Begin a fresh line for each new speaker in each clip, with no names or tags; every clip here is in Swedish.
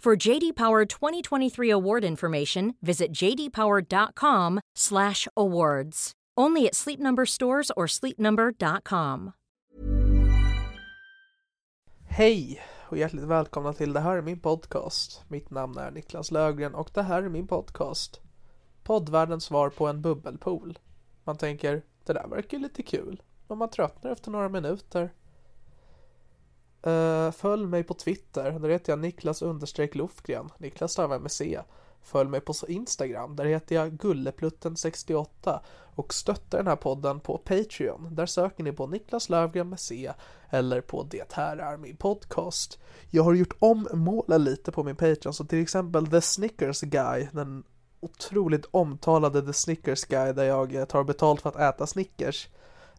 For JD Power 2023 award information, visit jdpower.com/awards. Only at Sleep Number stores or sleepnumber.com.
Hej och hjärtligt välkomna till Det här är min podcast. Mitt namn är Niklas Lögren och det här är min podcast. Poddvärldens svar på en bubbelpool. Man tänker, det där verkar ju lite kul. Men man tröttnar efter några minuter. Eh, följ mig på Twitter, där heter jag Niklas understreck Lofgren. Niklas stavar med C. Följ mig på Instagram, där heter jag Gulleplutten68 och stötta den här podden på Patreon. Där söker ni på Niklas Löfgren med C eller på Det här är min podcast. Jag har gjort om målen lite på min Patreon, så till exempel The Snickers Guy, den otroligt omtalade The Snickers Guy där jag eh, tar betalt för att äta Snickers,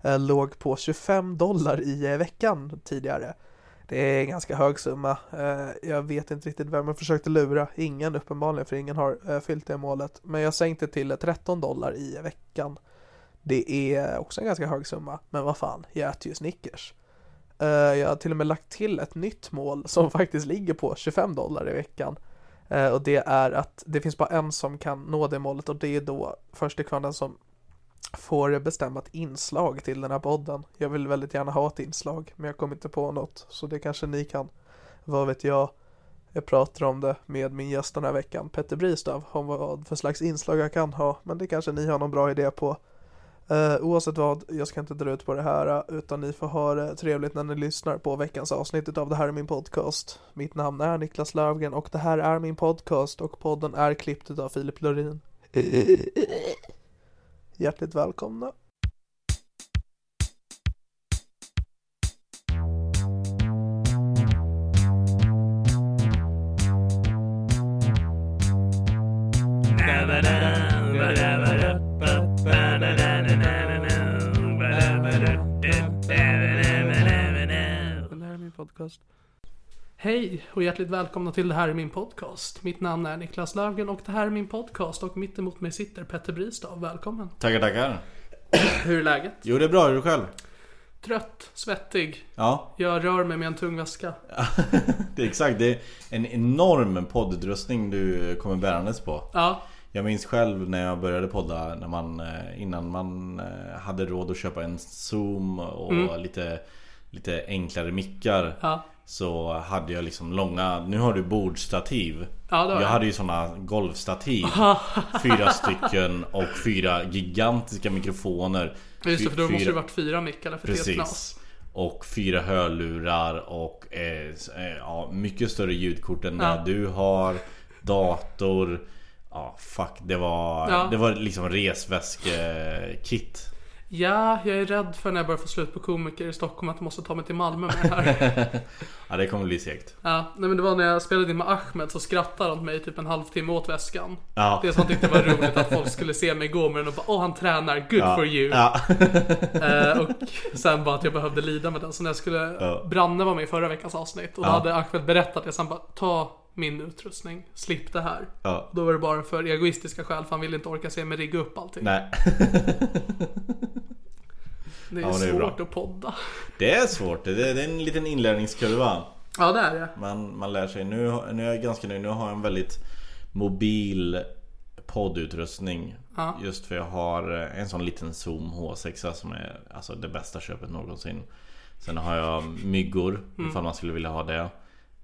eh, låg på 25 dollar i eh, veckan tidigare. Det är en ganska hög summa. Eh, Jag vet inte riktigt vem jag försökte lura. Ingen uppenbarligen, för ingen har eh, fyllt det målet. Men jag sänkte till eh, 13 dollar i veckan. Det är också en ganska hög summa, men vad fan, jag äter ju Snickers. Eh, Jag har till och med lagt till ett nytt mål som faktiskt ligger på 25 dollar i veckan. Eh, Och det är att det finns bara en som kan nå det målet och det är då första kvarnen som får bestämma ett inslag till den här podden. Jag vill väldigt gärna ha ett inslag, men jag kommer inte på något, så det kanske ni kan. Vad vet jag? Jag pratar om det med min gäst den här veckan, Petter Bristav, om vad för slags inslag jag kan ha, men det kanske ni har någon bra idé på. Eh, oavsett vad, jag ska inte dra ut på det här, utan ni får ha det trevligt när ni lyssnar på veckans avsnitt av Det här är min podcast. Mitt namn är Niklas Löfgren och det här är min podcast och podden är klippt av Filip Lorin. Hjärtligt välkomna. Det här är min podcast. Hej och hjärtligt välkomna till Det här är min podcast. Mitt namn är Niklas Löfgren och det här är min podcast och mitt emot mig sitter Petter Bristav. Välkommen!
Tackar, tackar.
Hur är läget?
Jo, det är bra. Hur är du själv?
Trött, svettig.
Ja,
Jag rör mig med en tung väska.
det är exakt. Det är en enorm poddutrustning du kommer bärandes på.
Ja,
Jag minns själv när jag började podda när man, eh, innan man eh, hade råd att köpa en zoom och lite, lite enklare mickar.
ja,
Så hade jag liksom långa, nu har du bordstativ.
ja det har
Jag
jag.
hade ju såna golvstativ. Fyra stycken och fyra gigantiska mikrofoner.
Just det, för då måste
Fyra-
det varit fyra mickar eller för det är ett knas.
Precis. Och fyra hörlurar och eh, s- eh, ja, mycket större ljudkort än
Ja.
det du har. Dator. Ja, fuck. Det var,
Ja.
det var liksom resväskekit.
Ja, jag är rädd för när jag börjar få slut på komiker i Stockholm att jag måste ta mig till Malmö med det här.
Ja, det kommer bli segt.
Ja, nej men det var när jag spelade in med Ahmed så skrattade han åt mig typ en halvtimme åt väskan.
Ja.
Det som han tyckte var roligt att folk skulle se mig gå med den och bara åh han tränar, good for you.
Ja.
Eh, och sen bara att jag behövde lida med den. Så när jag skulle, Branne var med i förra veckans avsnitt och då hade Ahmed berättat det. Så han bara ta min utrustning. Slipp det här.
Ja.
Då var det bara för egoistiska skäl för han ville inte orka se mig rigga upp allting.
Nej.
det är
Ja, det är
svårt
bra.
att podda.
Det är svårt. Det är, det är en liten inlärningskurva.
Ja det är det.
Man, man lär sig. Nu, har- nu är jag ganska nöjd. Nu har jag en väldigt mobil poddutrustning.
Ja.
Just för jag har eh, en sån liten Zoom H6 som är alltså det bästa köpet någonsin. Sen har jag myggor
Mm.
ifall man skulle vilja ha det.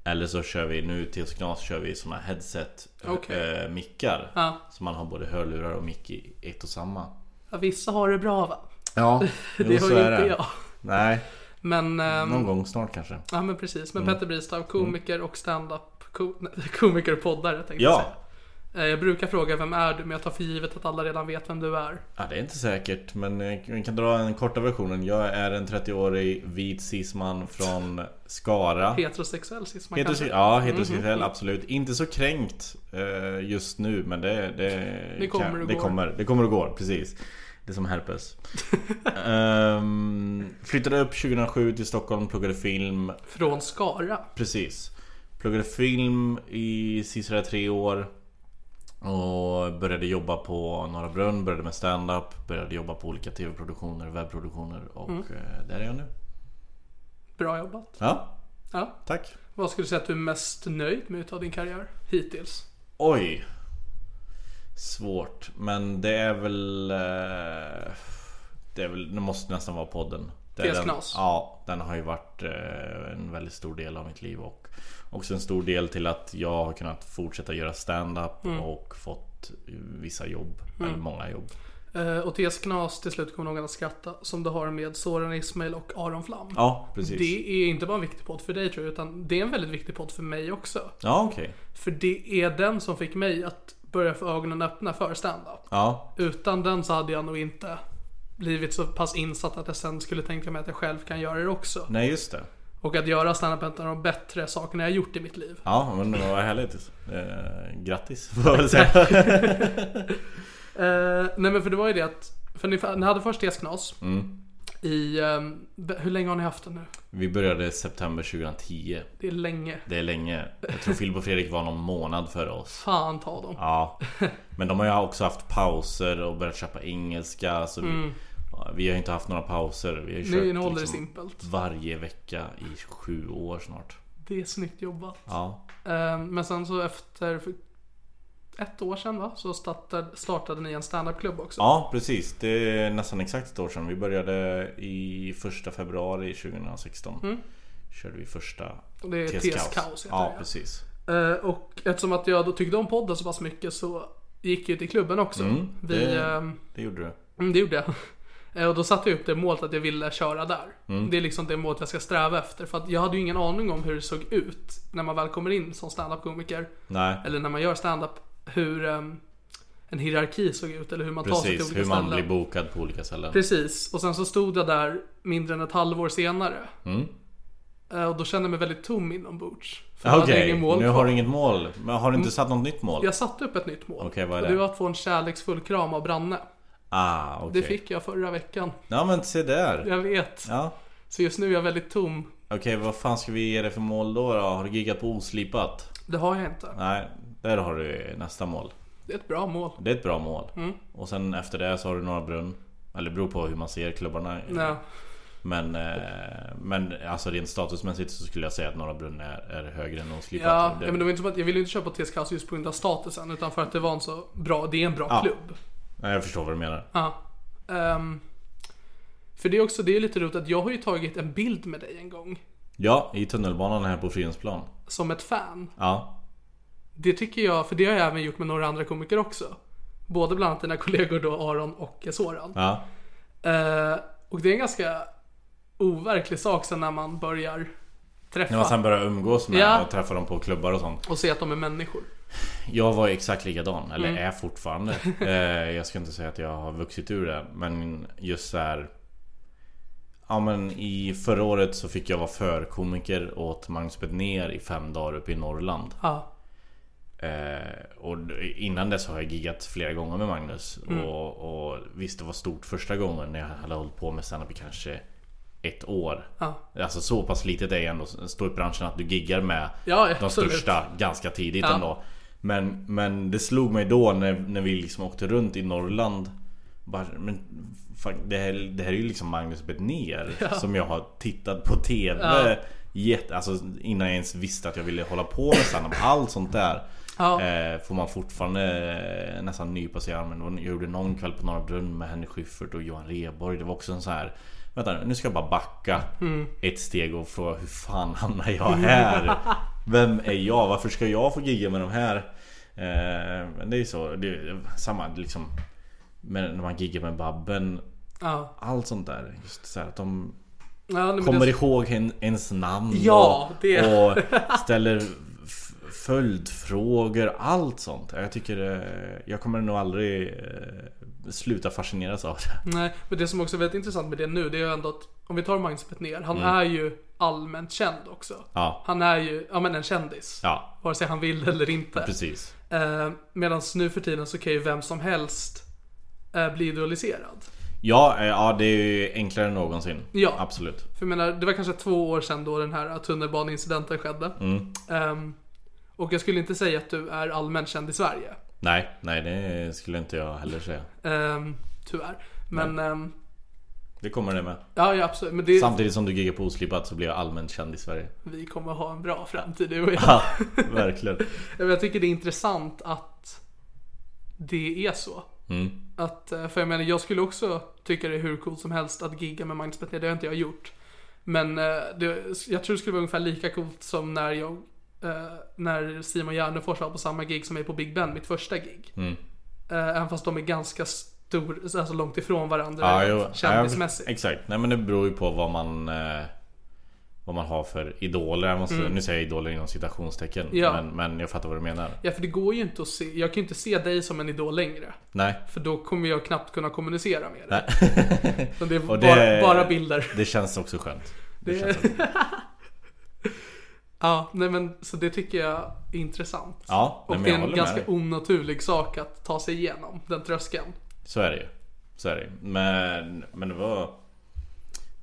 Eller så kör vi nu till Knas kör vi såna headset
Okej.
eh, mickar.
Ja.
Så man har både hörlurar och mick i ett och samma.
Ja, vissa har det bra va?
Ja,
Det har ju inte jag.
Nej,
Men, ehm,
någon gång snart kanske.
ja men precis.
Mm.
Men Petter Bristav, komiker och standup ko- nej, komiker och poddare tänkte jag
Ja,
säga. Eh, Jag brukar fråga vem är du men jag tar för givet att alla redan vet vem du är.
Ja, det är inte säkert, men eh, vi kan dra den korta versionen. Jag är en 30-årig vit cisman från Skara.
Heterosexuell sist man
Heterose-
kanske.
ja, heterosexuell, absolut. Inte så kränkt eh, just nu, men det, det,
Det kommer och
det,
går.
kommer, det kommer och går. Precis. Det är som herpes. Ehm, flyttade upp 2007 till Stockholm, pluggade film.
Från Skara.
Precis. Pluggade film i sisådär tre år. Och började jobba på Norra Brunn, började med stand-up Började jobba på olika tv-produktioner, webbproduktioner och eh, där är jag nu.
Bra jobbat.
Ja,
Ja.
tack.
Vad skulle du säga att du är mest nöjd med utav din karriär hittills?
Oj. Svårt. Men det är väl... eh, Det, är väl, det måste nästan vara podden. Det är
Fes
den,
Knas.
ja, den har ju varit eh, en väldigt stor del av mitt liv och också en stor del till att jag har kunnat fortsätta göra stand-up
Mm.
och fått vissa jobb. Eller många jobb.
Eh, och TS Knas till slut kommer någon att skratta som du har med Soran Ismail och Aron Flam.
Ja, precis.
Det är inte bara en viktig podd för dig tror jag utan det är en väldigt viktig podd för mig också.
Ja, okej.
För det är den som fick mig att börja få ögonen öppna för stand-up.
Ja,
Utan den så hade jag nog inte blivit så pass insatt att jag sen skulle tänka mig att jag själv kan göra det också.
nej just det.
Och att göra stand-up är en av de bättre sakerna jag gjort i mitt liv.
Ja, men vad härligt. Eh, grattis får jag väl säga.
Eh, nej men för det var ju det att, för ni, ni hade först TS Knas.
Mm.
I, ehm, be- hur länge har ni haft den nu?
Vi började september 2010.
Det är länge.
Det är länge. Jag tror Filip och Fredrik var någon månad före oss.
Fan ta dem.
Ja. Men de har ju också haft pauser och börjat köpa engelska. Så
Mm.
vi, ja, vi har ju inte haft några pauser. Vi har ju
Nu,
kört
nu håller det
liksom
simpelt.
varje vecka i sju år snart.
Det är snyggt jobbat.
Ja.
Eh, Men sen så efter för ett år sedan va? Så startade, startade ni en standupklubb också.
ja, precis. Det är nästan exakt ett år sedan. Vi började i första februari 2016. Körde vi första
Mm. Och det är TS Kaos heter
Ja,
det.
precis.
Eh, Och eftersom att jag då tyckte om podden så pass mycket så gick jag till klubben också. Vi,
Mm, det-
ehm,
Det gjorde du.
mm, det gjorde jag. Eh, Och då satte jag upp det målet att jag ville köra där.
Mm.
Det är liksom det målet jag ska sträva efter. För att jag hade ju ingen aning om hur det såg ut när man väl kommer in som standup-komiker.
Nej.
Eller när man gör standup. Hur ehm, en hierarki såg ut. Eller hur man tar sig till
Precis,
olika
hur man
ställen.
blir bokad på olika ställen.
Precis, och sen så stod jag där mindre än ett halvår senare.
Mm.
Eh, Och då kände jag mig väldigt tom inombords. För jag hade
Okej,
ingen mål kvar.
nu
Mm.
har du inget mål. Men har du inte satt något nytt mål?
Jag satte upp ett nytt mål.
Okej, vad är
och
det?
det var att få en kärleksfull kram av Branne.
Ah,
Det
okej.
fick jag förra veckan.
Ja men se där.
Jag vet.
Ja.
Så just nu är jag väldigt tom.
Okej, vad fan ska vi ge dig för mål då? då? Har du giggat på oslipat?
Det har jag inte.
Nej, där har du nästa mål.
Det är ett bra mål.
Det är ett bra mål.
Mm.
Och sen efter det så har du några brunn. Eller det beror på hur man ser klubbarna.
Nej.
Men, eh, men alltså rent statusmässigt så skulle jag säga att några brunn är, är högre än oslipat.
Ja, ja, men det var inte som att jag ville inte köpa TS Kaos just på grund av statusen. Utan för att det var en så bra, det är en bra
Ja.
klubb.
Nej, jag förstår vad du menar.
Ja. Ehm, för det är också, det är lite roligt att jag har ju tagit en bild med dig en gång.
Ja, i tunnelbanan här på Frihetsplan.
Som ett fan.
Ja,
Det tycker jag, för det har jag även gjort med några andra komiker också. Både bland annat dina kollegor då, Aron och Soran.
ja.
Eh, och det är en ganska overklig sak sen när man börjar
När man
träffa
sen börjar umgås med
Ja.
och träffa dem på klubbar och sånt.
och se att de är människor.
Jag var ju exakt likadan, eller är fortfarande. eh, jag ska inte säga att jag har vuxit ur det, men just så här. Ja men i förra året så fick jag vara förkomiker åt Magnus ner i fem dagar uppe i Norrland.
Ja,
Eh, och d- innan dess har jag giggat flera gånger med Magnus. Och, och visst, det var stort första gången när jag hade hållit på med standup i kanske ett år.
Ja.
Alltså så pass litet är ju ändå ståuppbranschen att du giggar med
Ja,
de
absolut.
största ganska tidigt
Ja.
ändå. Men, men det slog mig då när, när vi liksom åkte runt i Norrland. Bara, men fan, det, här, det här är ju liksom Magnus Betnér som jag har tittat på TV.
Ja.
Jätte, alltså, innan jag ens visste att jag ville hålla på med stand-up. Allt sånt där.
Ja.
Eh, får man fortfarande eh, nästan nypa sig i armen. Jag gjorde någon kväll på Norra Brunn med Henry Schyffert och Johan Rheborg. Det var också en så här. Vänta nu, nu ska jag bara backa ett steg och fråga hur fan hamnar jag här? Vem är jag? Varför ska jag få gigga med de här? Eh, men det är ju så. Det är samma liksom. Men när man giggar med Babben.
Ja.
Allt sånt där. Just så här, att de
Ja, nej, men
kommer
det...
ihåg en, ens namn
Ja,
och,
det-
och ställer f- följdfrågor, allt sånt. Jag tycker eh, jag kommer nog aldrig eh, sluta fascineras av det.
Nej, men det som också är väldigt intressant med det nu, det är ju ändå att om vi tar Magnus Betnér, han är ju allmänt känd också.
Mm. Ja.
Han är ju, ja men en kändis.
Ja,
Vare sig han vill eller inte.
precis.
Eh, Medan nu för tiden så kan ju vem som helst eh, bli idealiserad.
Ja, eh, ja, det är ju enklare än någonsin.
Ja.
Absolut.
För jag menar, det var kanske två år sedan då den här tunnelbaneincidenten skedde. Ehm, och jag skulle inte säga att du är allmänt känd i Sverige.
Nej, nej det skulle inte jag heller säga.
Ehm, tyvärr. Men, ehm,
Det kommer det med.
ja, ja absolut. Men det,
Samtidigt som du giggar på Oslipat så blir jag allmänt känd i Sverige.
vi kommer ha en bra framtid du och jag.
Ja, verkligen.
Ja, men Jag tycker det är intressant att det är så.
Mm.
Att, eh, för jag menar, jag skulle också tycka det är hur coolt som helst att gigga med Magnus Betnér, det har inte jag gjort. Men eh, det, jag tror det skulle vara ungefär lika coolt som när jag eh, när Simon Gärdenfors var på samma gig som mig på Big Ben, mitt första gig.
Mm.
Eh, Även fast de är ganska stor, alltså långt ifrån varandra
Ja, jo.
kändismässigt.
Ja, exakt. Nej men det beror ju på vad man eh, Vad man har för idoler. Jag måste, Nu säger jag idoler inom citationstecken.
Mm. Ja.
Men, men jag fattar vad du menar.
Ja, för det går ju inte att se, jag kan ju inte se dig som en idol längre.
Nej.
För då kommer jag knappt kunna kommunicera med dig.
Nej.
Så det är
Och
bara, bara bilder.
Det känns också skönt. Det
Det-
känns också.
Ja, nej men så det tycker jag är intressant.
Ja, nej,
och
men
det
jag
är en
håller med
ganska
dig.
onaturlig sak att ta sig igenom, den tröskeln.
Så är det ju. Så är det ju. Men, men det var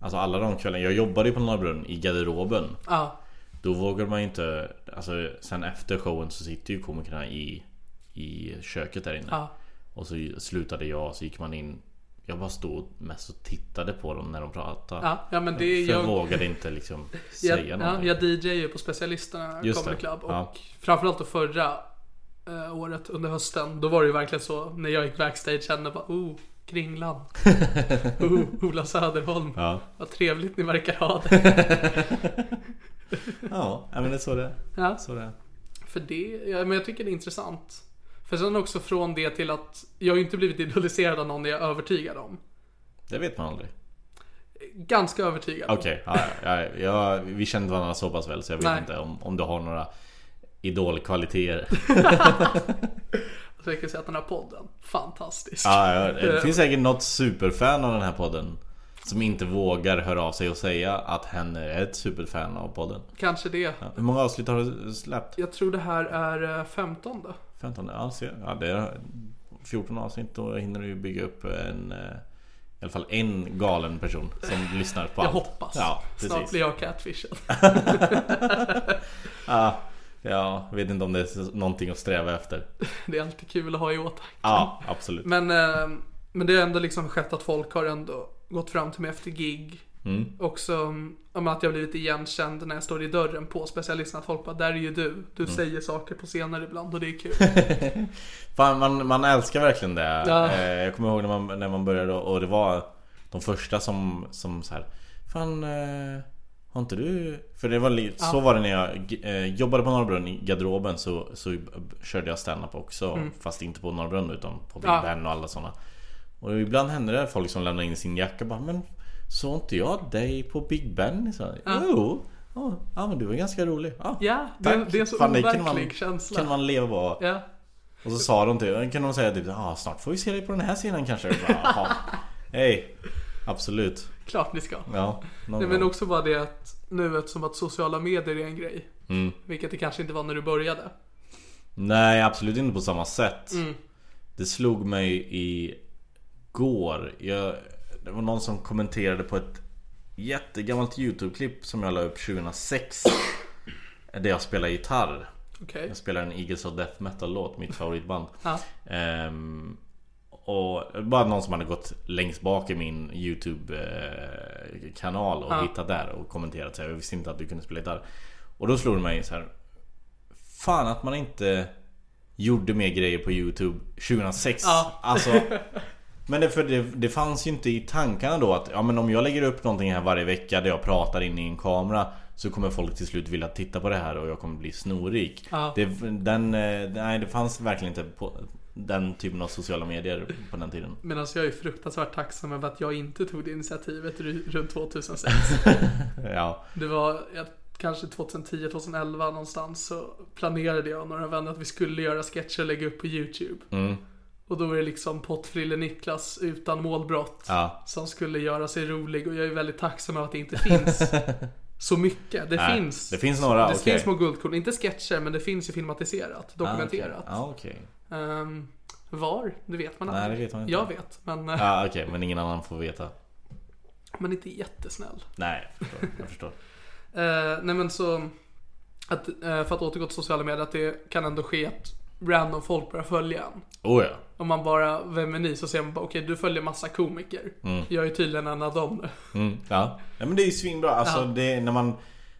Alltså alla de kvällarna. Jag jobbade ju på Norra Brunn i garderoben.
Ja,
Då vågar man ju inte Alltså sen efter showen så sitter ju komikerna i I köket där inne.
ja,
Och så slutade jag så gick man in Jag bara stod mest och tittade på dem när de pratade
ja, ja men det
För
är
jag
jag...
vågade inte liksom
Jag,
säga
ja,
någonting
jag DJar ju på Specialisterna
Just
Comedy
det,
Club och
ja.
framförallt då förra eh, året under hösten, då var det ju verkligen så när jag gick backstage kände jag bara oh, Kringland. oh, Ola Söderholm.
Ja,
Vad trevligt ni verkar ha det.
ja ja, men det är så det är.
Ja.
så det är.
För det, ja, men jag tycker det är intressant. För sen också från det till att jag har ju inte blivit idoliserad av någon jag är övertygad om.
Det vet man aldrig
Ganska övertygad. om.
Okej, ja, ja, ja, jag- vi kände varandra så pass väl så jag vet
Nej.
inte om, om du har några Idolkvaliteter
Så jag kan säga att den här podden, fantastisk.
ja, ja, Det finns säkert något superfan av den här podden Som inte vågar höra av sig och säga att hen är ett superfan av podden
Kanske det.
ja. Hur många avsnitt har du släppt?
Jag tror det här är eh, 15
15, ja, se. ja det är 14 avsnitt då hinner du ju bygga upp en eh, I alla fall en galen person som lyssnar på
Jag
allt
hoppas.
Ja,
Snart
precis
blir jag catfishen.
ja, ja, jag vet inte om det är så- någonting att sträva efter
Det är alltid kul att ha i åtanke.
Ja, absolut
Men, eh, men det har ändå liksom skett att folk har ändå gått fram till mig efter gig. Också mm, ja, men att jag har blivit igenkänd när jag står i dörren på specialisten. Att folk bara, där är ju du. Du
Mm.
säger saker på scener ibland och det är kul.
Fan, man, man älskar verkligen det.
Ja.
Eh, Jag kommer ihåg när man, när man började och och det var de första som, som så här. Fan, eh, har inte du... För det var li- så var det när jag eh, jobbade på Norra Brunn i garderoben så, så b- körde jag standup också. Fast inte på Norra Brunn utan på Big
Mm. Ja.
Ben och alla sådana. Och ibland hände det folk som lämnade in sin jacka och bara men såg inte jag dig på Big Ben? Så här, Jo! Ja, ja, men du var ganska rolig. Ja,
Ja, det-
tack."
det är en så
det kunde
overklig känsla.
Kunde man leva på.
Ja.
Och så sa de till, kunde de säga typ ah, snart får vi se dig på den här scenen kanske. Jag bara, "Jaha." Hej! Absolut.
Klart ni ska.
Ja, någon
Nej, men
gång.
också bara det att nu eftersom att sociala medier är en grej. Vilket det kanske inte var när du började.
Nej, absolut inte på samma sätt.
Mm.
Det slog mig i går. Jag, det var någon som kommenterade på ett jättegammalt YouTube-klipp som jag la upp 2006 Där jag spelar gitarr
Okej.
Jag spelar en Eagles of Death Metal-låt, mitt favoritband
Ja.
Ehm, och bara någon som hade gått längst bak i min YouTube-kanal och hittat där och kommenterat så här, Jag visste inte att du kunde spela gitarr Och då slog det mig så här. Fan att man inte gjorde mer grejer på YouTube 2006
Ja.
Alltså men det, för det, det fanns ju inte i tankarna då att ja, men om jag lägger upp någonting här varje vecka där jag pratar in i en kamera Så kommer folk till slut vilja titta på det här och jag kommer bli snorrik
Ja.
det, den, eh, nej, det fanns verkligen inte på den typen av sociala medier på den tiden
Medan jag är fruktansvärt tacksam över att jag inte tog det initiativet ru- runt 2006.
Ja,
Det var jag, kanske 2010, 2011 någonstans så planerade jag och några vänner att vi skulle göra sketcher och lägga upp på YouTube.
Mm.
Och då var det liksom pottfrille Niklas utan målbrott
Ja.
som skulle göra sig rolig och jag är väldigt tacksam över att det inte finns så mycket. Det
Nej,
finns.
det finns några,
Det
okej.
finns små guldkorn, inte sketcher men det finns ju filmatiserat, dokumenterat.
Ja okej
Ehm, var? Det vet man
Nej,
aldrig.
det vet man inte.
Jag vet, men,
ja, okej, men ingen annan får veta
men inte jättesnäll.
Nej, jag förstår, jag förstår.
Eh, nej men så, att, eh, för att återgå till sociala medier, att det kan ändå ske att random folk börjar följa en.
Oh ja,
Om man bara, vem är ni? Så ser man bara, okej du följer massa komiker. Jag är tydligen en av dem nu.
Mm, ja. ja men det är ju svinbra. Alltså, det är när, man,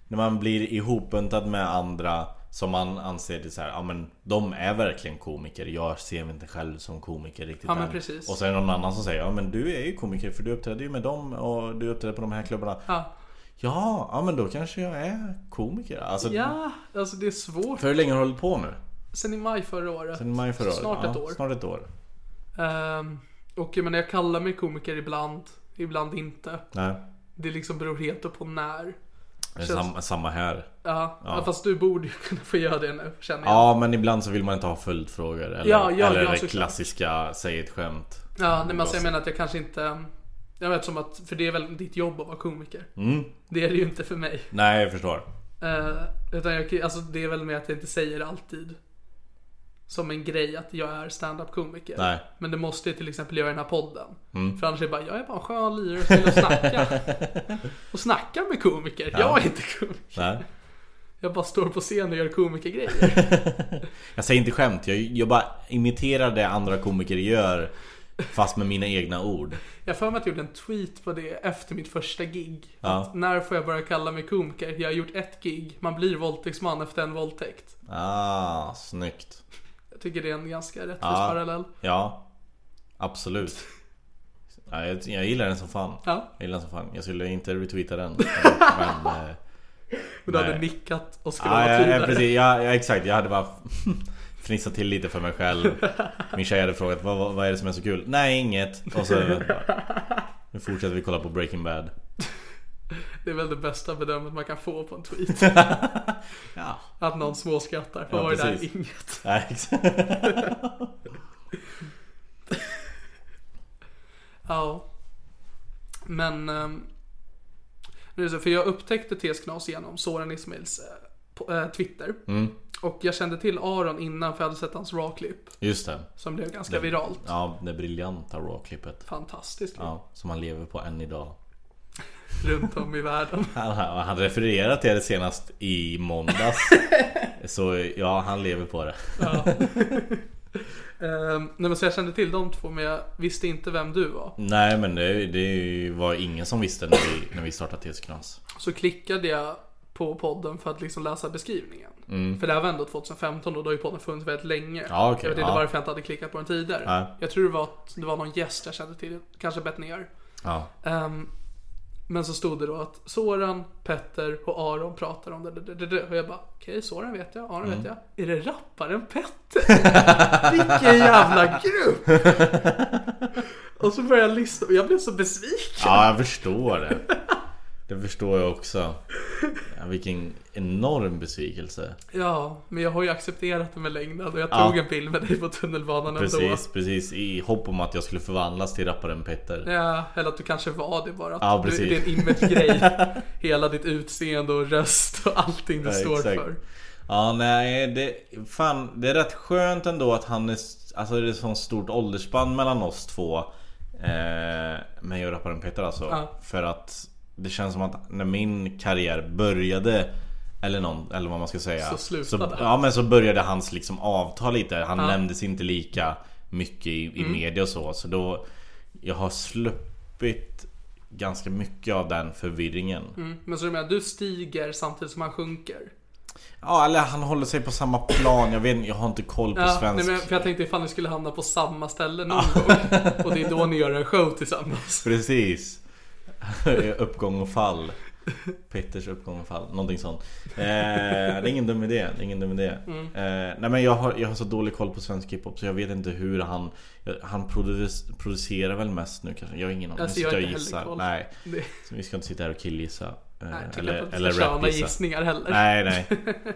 när man blir ihopbuntad med andra som man anser det så här, ja men de är verkligen komiker. Jag ser mig inte själv som komiker riktigt
Ja, men
än.
precis.
Och sen är det någon annan som säger, ja men du är ju komiker för du uppträder ju med dem och du uppträder på de här klubbarna.
Ja,
Ja, ja men då kanske jag är komiker. Alltså,
ja alltså det är svårt.
För hur länge har du hållit på nu?
Sen i maj förra året.
Sen maj förra året?
Snart ett
ja,
år.
Snart ett år.
Ehm, och jag menar, jag kallar mig komiker ibland, ibland inte.
Nej.
Det liksom beror helt upp på när.
Det är
Känns-
samma, samma här.
Ja, fast du borde ju kunna få göra det nu, känner jag.
Ja men ibland så vill man inte ha följdfrågor. Eller,
Ja, ja,
eller
ja,
det
såklart.
klassiska, säg ett skämt.
Ja, nej, men alltså jag menar att jag kanske inte... Jag vet som att, för det är väl ditt jobb att vara komiker. Det är det ju inte för mig.
Nej jag förstår.
Eh, utan jag, alltså det är väl med att jag inte säger det alltid. Som en grej att jag är stand-up komiker.
Nej.
Men det måste jag till exempel göra i den här podden. För annars är det bara, jag är bara en skön lirare som vill snacka. och snacka med komiker. Jag är inte komiker.
Nej.
Jag bara står på scen och gör komikergrejer.
Jag säger inte skämt, jag, jag bara imiterar det andra komiker gör Fast med mina egna ord
Jag för mig att jag gjorde en tweet på det efter mitt första gig.
Ja.
Att när får jag börja kalla mig komiker? Jag har gjort ett gig. Man blir våldtäktsman efter en våldtäkt.
Ah, snyggt
Jag tycker det är en ganska rättvis
Ja.
parallell.
Ja, absolut ja, jag, jag gillar den som fan
Ja.
Jag gillar den som fan, jag skulle inte retweeta den Men... eh,
Men du hade
Nej.
nickat och
ja,
skrollat
ja, ja,
vidare.
precis, ja, ja, exakt, jag hade bara fnissat till lite för mig själv Min tjej hade frågat vad, vad, vad är det som är så kul? Nej, inget Och så... Nu fortsätter vi kolla på Breaking Bad
Det är väl det bästa bedömet man kan få på en tweet.
Ja,
Att någon småskrattar. Vad
Ja,
var det där?
precis.
Inget.
nej, exakt
Ja. Men... ehm, nu är det så, för jag upptäckte TS Knas genom Soran Ismails eh, på, eh, Twitter.
Mm.
Och jag kände till Aron innan för jag hade sett hans raw-klipp.
Just det
Som blev ganska viralt.
Ja, det briljanta Raw-klippet.
Fantastiskt.
Ja, som han lever på än idag.
Runt om i världen.
Han, han han refererade till det senast i måndags. Så ja, han lever på det.
Ehm, nej, men så jag kände till de två men jag visste inte vem du var.
Nej men det, det var ingen som visste när vi, när vi startade TS Knas.
Så klickade jag på podden för att liksom läsa beskrivningen. För det här var ändå 2015 och då har ju podden funnits väldigt länge.
Mm. Ja, okej,
jag vet inte
ja.
varför jag inte hade klickat på den tidigare.
Nej.
Jag tror det var, att det var någon gäst jag kände till, kanske Bettner.
Ja.
Ehm, men så stod det då att Soran, Petter och Aron pratar om det. det, det, det. Och jag bara, okej Soran vet jag, Aron
Mm.
vet jag. Är det rapparen Petter? Vilken jävla grupp! och så började jag lyssna och jag blev så besviken.
ja, jag förstår det. Det förstår jag också. Ja, vilken enorm besvikelse.
Ja, men jag har ju accepterat det med längden och jag
Ja.
tog en bild med dig på tunnelbanan ändå.
Precis, precis. I hopp om att jag skulle förvandlas till rapparen Petter.
Ja, eller att du kanske var det bara. Att
Ja,
du,
precis.
det är en image-grej. Hela ditt utseende och röst och allting du
Ja,
står
exakt.
för.
Ja nej det, fan, det är rätt skönt ändå att han är Alltså det är sånt stort åldersspann mellan oss två eh, Mig och rapparen Peter alltså
Ja.
För att Det känns som att när min karriär började Eller någon, eller vad man ska säga
Så slutade.
ja men så började hans liksom avta lite Han nämndes inte lika mycket i,
Mm.
i media och så Så då Jag har sluppit Ganska mycket av den förvirringen
Mm. Men så du menar, du stiger samtidigt som han sjunker?
Ja eller han håller sig på samma plan Jag vet inte, jag har inte koll på
Ja, nej,
svensk
men för jag tänkte ifall ni skulle hamna på samma ställe någon gång. Och det är då ni gör en show tillsammans.
Precis Uppgång och fall Petters uppgång och fall, någonting sånt eh, Det är ingen dum idé, det är ingen dum idé
Mm.
eh, Nej men jag har, jag har så dålig koll på svensk hiphop så jag vet inte hur han Han produc- producerar väl mest nu kanske, jag har ingen aning,
Alltså,
Nu
jag
sitter
har
jag och
inte heller
gissar
koll.
Nej,
Det,
så vi ska inte sitta här och killgissa eh,
nej, tycker
Eller,
jag inte
eller
att vi ska köra några
rapgissa
gissningar heller.
Nej nej,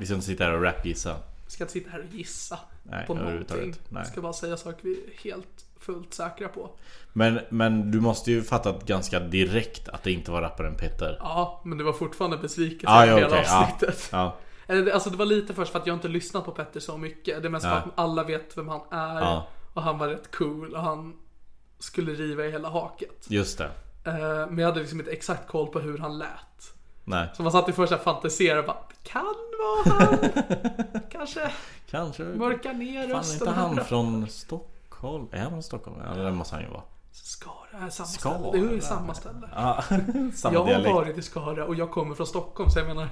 vi ska inte sitta här och rapgissa
Vi ska inte sitta här och gissa
Nej,
på
överhuvudtaget.
någonting.
Nej.
Vi ska bara säga saker vi är helt fullt säkra på.
men, men du måste ju fattat ganska direkt att det inte var rapparen Petter
Ja, men det var fortfarande besvikelse
Ah,
ah,
ja,
hela
okej, ja.
avsnittet.
Ja,
Eller, det- Alltså det var lite först för att jag inte lyssnat på Petter så mycket. Det är mest för
Nej.
att alla vet vem han är.
Ja.
Och han var rätt cool och han skulle riva i hela haket.
just det
Eh, Men jag hade liksom inte exakt koll på hur han lät.
Nej,
Så man satt i första fantiserade och bara "Det Kan vara han! Kanske
kanske
mörka ner
Fan, är
rösten.
inte han från Stockholm? Är han från Stockholm? Ja, det måste han ju vara.
Skara, är samma
Skara.
ställe. Det är ju samma ställe.
Ja, samma
jag har
dialekt.
varit i Skara och jag kommer från Stockholm så jag menar,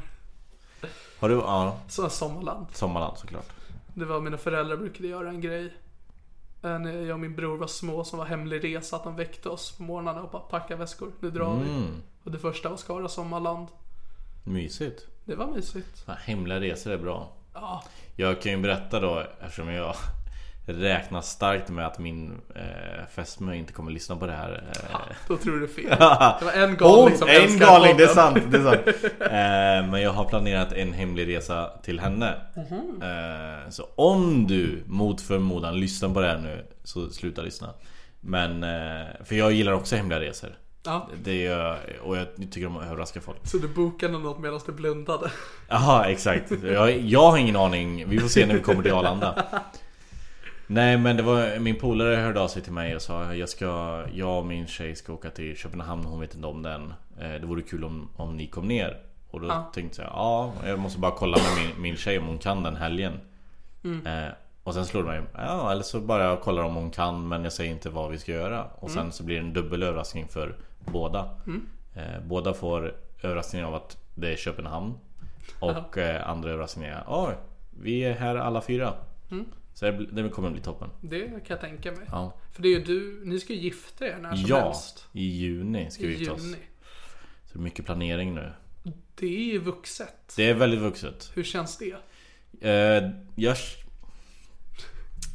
Har du? Ja,
så sommarland.
Sommarland såklart.
Det var mina föräldrar brukade göra en grej. Eh, När jag och min bror var små som var hemlig resa att de väckte oss på morgnarna och bara packa väskor, nu drar vi.
Mm.
Och det första var Skara sommarland.
Mysigt.
Det var mysigt.
Fan, hemliga resor är bra.
Ja,
Jag kan ju berätta då eftersom jag räknar starkt med att min eh, fästmö inte kommer lyssna på det här. Eh,
då tror du fel. Det var en galning
Hon-
som
Oh, en
älskar
galning, det
podden.
är sant! Det är sant. eh, men jag har planerat en hemlig resa till henne.
Mhm.
Eh, så om du mot förmodan lyssnar på det här nu så sluta lyssna. Men, eh, för jag gillar också hemliga resor.
Ja,
Det gör jag, och jag tycker om att överraska folk.
så du bokade något medan du blundade.
Jaha, exakt. Jag, jag har ingen aning. Vi får se när vi kommer till Arlanda. Nej men det var min polare hörde av sig till mig och sa jag ska, jag och min tjej ska åka till Köpenhamn hon vet inte om den. Eh, Det vore kul om, om ni kom ner. Och då tänkte jag ja, jag måste bara kolla med min, min tjej om hon kan den helgen. Eh, Och sen slår det mig, ja eller så bara jag kollar om hon kan men jag säger inte vad vi ska göra. Och sen så blir det en dubbel överraskning för båda. Eh, Båda får överraskningen av att det är Köpenhamn. Och eh, andra överraskningen är, ja vi är här alla fyra.
Mm.
Så det, blir- det kommer bli toppen.
Det kan jag tänka mig.
Ja.
För det är ju du, ni ska ju gifta er när som
Ja,
helst.
i juni ska
I
vi gifta oss.
juni.
Så det är mycket planering nu.
Det är ju vuxet.
Det är väldigt vuxet.
Hur känns det?
Eh, jag...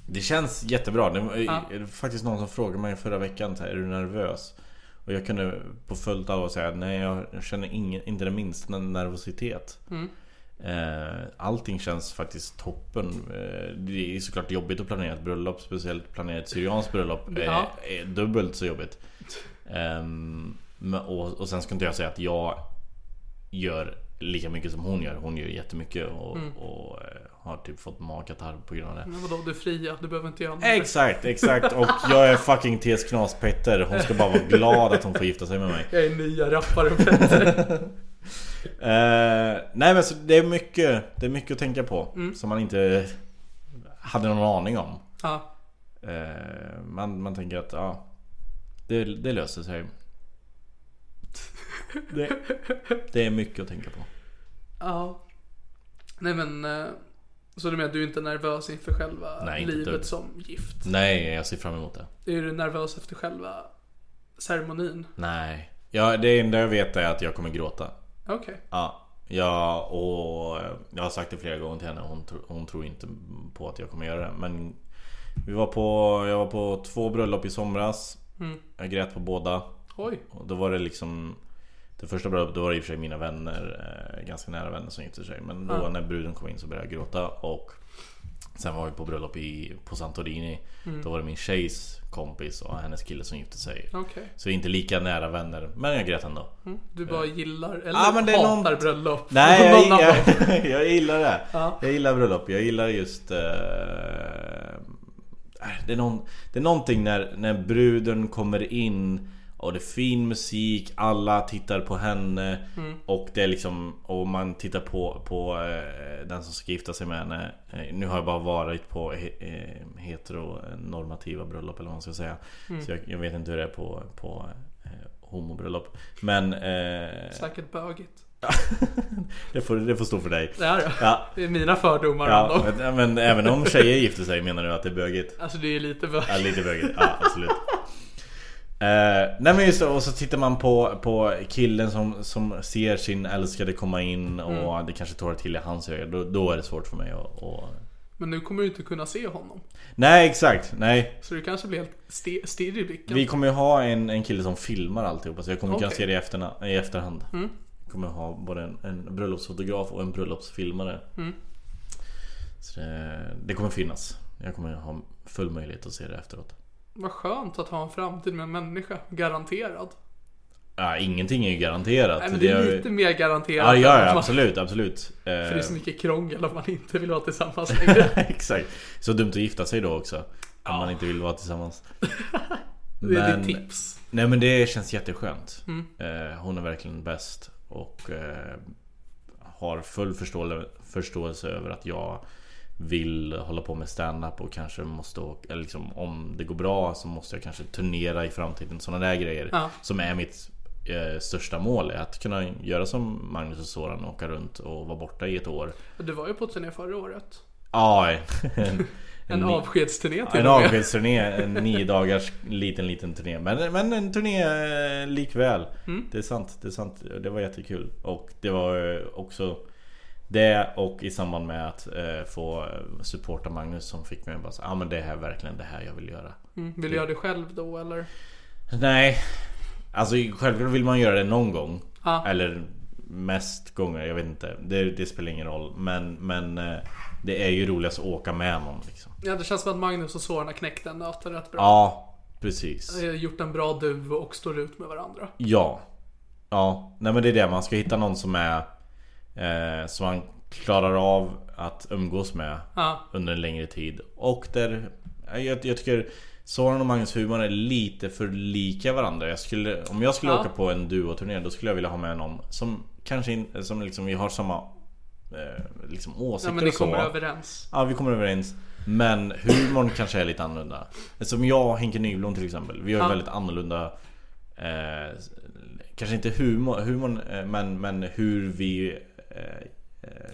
Det känns jättebra. Det var det var faktiskt någon som frågade mig förra veckan så här, Är du nervös? Och jag kunde på fullt allvar säga nej jag känner ingen, inte den minsta nervositet. Eh, Allting känns faktiskt toppen. Eh, Det är såklart jobbigt att planera ett bröllop. Speciellt planera ett syrianskt bröllop. eh,
Ja.
Är dubbelt så jobbigt. Ehm, men- och, och sen ska inte jag säga att jag gör lika mycket som hon gör. Hon gör jättemycket och, och eh, har typ fått magkatarr på grund av det.
Men vadå, du är fria, du behöver inte göra något.
Mm. Exakt, exakt. Och jag är fucking TS Knas-Petter. Hon ska bara vara glad att hon får gifta sig med mig.
Jag är nya rapparen Petter.
Eh, nej men så det är mycket, det är mycket att tänka på. Som man inte hade någon aning om.
ja.
Eh, man, man tänker att ja, det, det löser sig. Det, det är mycket att tänka på.
Ja. Nej men. eh, Så du menar du är inte nervös inför själva
Nej, inte ett
livet
dugg.
som gift?
Nej, jag ser fram emot det.
Är du nervös efter själva ceremonin?
Nej. Ja, det enda jag vet är att jag kommer gråta.
Okej.
Ja. Ja, och eh, jag har sagt det flera gånger till henne. Hon, tro, hon tror inte på att jag kommer göra det. Men vi var på, jag var på två bröllop i somras. Jag grät på båda.
Oj.
Och då var det liksom Det första bröllopet, då var det i och för sig mina vänner eh, Ganska nära vänner som gifte sig Men då när bruden kom in så började jag gråta och Sen var vi på bröllop i, på Santorini Då var det min tjejs kompis och hennes kille som gifte sig
Okej. Mm.
Så inte lika nära vänner, men jag grät ändå
Du bara gillar eller
Ja, men det är
hatar
någon-
bröllop?
Nej, jag,
Någon av
jag,
dem.
jag gillar det.
Ja.
Jag gillar bröllop. Jag gillar just... eh, äh, det, är någon, det är någonting när, när bruden kommer in Och det är fin musik, alla tittar på henne
Mm.
Och det är liksom, och man tittar på, på eh, den som ska gifta sig med henne Eh, Nu har jag bara varit på he, eh, heteronormativa bröllop eller vad man ska säga
Mm.
Så jag, jag vet inte hur det är på, på eh, homobröllop Men eh,
Säkert bögigt.
det, får, det får stå för dig
Det är det.
Ja,
Det är mina fördomar
ja
ändå.
men, men även om tjejer gifter sig menar du att det är bögigt?
Alltså det är lite bög.
Ja, lite bögigt. Ja, absolut. Eh, nej men just det, och så tittar man på, på killen som, som ser sin älskade komma in och det kanske tar till i hans öga. Då, då är det svårt för mig att... Och...
Men nu kommer du inte kunna se honom.
Nej exakt, nej.
Så du kanske blir helt ste- stirrig i blicken.
Vi kommer ju ha en, en kille som filmar alltihopa så jag kommer kunna
Okej.
se det i, efterna, i efterhand. Mm. Kommer ha både en, en bröllopsfotograf och en bröllopsfilmare.
Mm.
Så det, det kommer finnas. Jag kommer ha full möjlighet att se det efteråt.
Vad skönt att ha en framtid med en människa. Garanterad.
Ja, ingenting är ju garanterat.
Nej men det
har
är
Alltså, vi-
lite mer garanterat.
Ja,
än
ja,
att
ja
man-
absolut, absolut. Eh,
För det är så mycket krångel om man inte vill vara tillsammans längre.
Exakt. Så dumt att gifta sig då också. Om man inte vill vara tillsammans.
Det är
Men-
ditt tips.
Nej men det känns jätteskönt. Eh, hon är verkligen bäst. Och eh, har full förståelse, förståelse över att jag vill hålla på med stand-up och kanske måste åka, eller liksom, om det går bra så måste jag kanske turnera i framtiden. Sådana där grejer.
Ja.
Som är mitt eh, största mål. Är att kunna göra som Magnus och Soran och åka runt och vara borta i ett år.
Du var ju på turné förra året.
Ja, en,
En
ny-
avskedsturné till
En
och med.
avskedsturné, en nio dagars liten liten turné Men, men en turné eh, likväl Det är sant, det är sant Det var jättekul Och det var eh, också det och i samband med att eh, få supporta Magnus som fick mig att bara säga ah, men det här är verkligen det här jag vill göra
Mm, Vill du göra det själv då eller?
Nej Alltså självklart vill man göra det någon gång
Ja.
Eller mest gånger, jag vet inte Det, det spelar ingen roll Men, men eh, det är ju roligast att åka med någon liksom.
Ja, det känns som att Magnus och Soran har knäckt den nöten rätt bra.
Ja, precis
Eh, Gjort en bra duo och står ut med varandra.
Ja. Ja, nej men det är det. Man ska hitta någon som är... Eh, som man klarar av att umgås med
Ja.
under en längre tid. Och där... eh, Jag, jag tycker Soran och Magnus humor är lite för lika varandra. Jag skulle, om jag skulle
Ja.
åka på en duoturné då skulle jag vilja ha med någon som kanske in, som liksom, vi har samma eh, liksom
Ja,
åsikter
men ni
och så.
kommer överens.
Ja, vi kommer överens. Men humorn kanske är lite annorlunda. Som jag och Henke Nyblom till exempel. Vi har ju
Ja.
väldigt annorlunda... Eh, kanske inte humor, humorn, eh, men, men hur vi... Eh,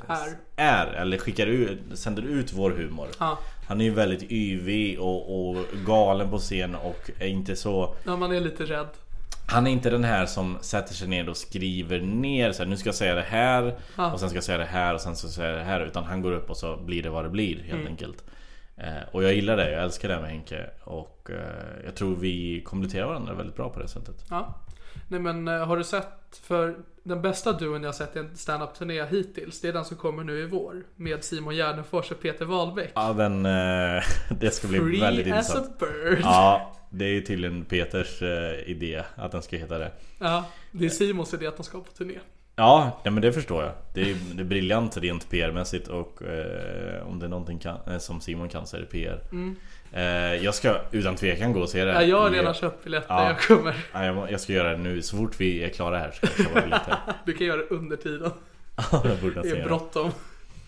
Här.
är eller skickar ut, sänder ut vår humor.
Ja.
Han är ju väldigt yvig och, och galen på scen och är inte så...
Ja, man är lite rädd.
Han är inte den här som sätter sig ner och skriver ner så här, nu ska jag säga det här
Ja.
och sen ska jag säga det här och sen ska jag säga det här utan han går upp och så blir det vad det blir
Mm.
helt enkelt. Eh, och jag gillar det, jag älskar det med Henke och eh, jag tror vi kompletterar varandra väldigt bra på det sättet.
Ja. Nej men eh, har du sett, för den bästa duon jag har sett i en stand-up turné hittills, det är den som kommer nu i vår. Med Simon Gärdenfors och Peter Wahlbeck.
Ja den, eh, det ska bli
Free alltså-
väldigt
as a
intressant.
bird. Ja.
Ja, det är ju tydligen Peters eh, idé att den ska heta det.
det är Simons idé att de ska på turné.
Ja, nej, men det förstår jag. Det är, det är briljant rent PR-mässigt och eh, om det är någonting kan, eh, som Simon kan så är det PR. Eh, jag ska utan tvekan gå och se det.
Mm. Ja, jag har redan
Jag-
köpt biljetter,
Ja.
jag kommer.
Ja, jag, må- jag ska göra det nu. Så fort vi är klara här ska jag köpa biljetter.
Du kan göra det under tiden.
jag borde
Det
se
är bråttom.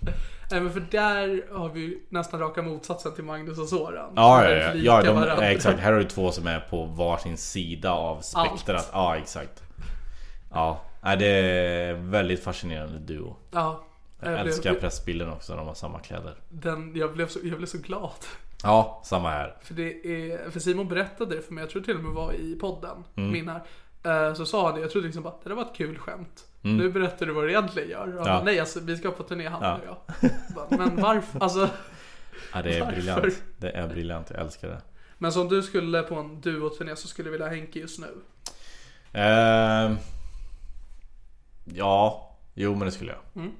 Nej men för där har vi ju nästan raka motsatsen till Magnus och Soran.
Ja,
Som är
ja, ja.
väldigt
ja
lika
de,
varandra.
eh, exakt. Här har du två som är på varsin sida av spektrat.
Allt.
Ja, exakt. Ja, nej, det är väldigt fascinerande duo.
Ja.
Jag
Jag
älskar
blev,
pressbilden också när de har samma kläder.
den, jag, blev så, jag blev så glad.
Ja, samma här.
För, det är, för Simon berättade det för mig, jag tror till och med var i podden,
Mm.
min här. Eh, Så sa han det, jag trodde liksom bara det där var ett kul skämt. Nu berättar du vad du egentligen gör. Och han
Mm. Ja.
bara, Nej alltså vi ska på turné han
Ja.
och jag. Bara, Men varför? Alltså,
Ja, det är
Varför?
briljant. Det är briljant. Jag älskar det.
men som du skulle på en duoturné så skulle du vilja ha Henke just nu.
Ehm, ja, jo men det skulle jag.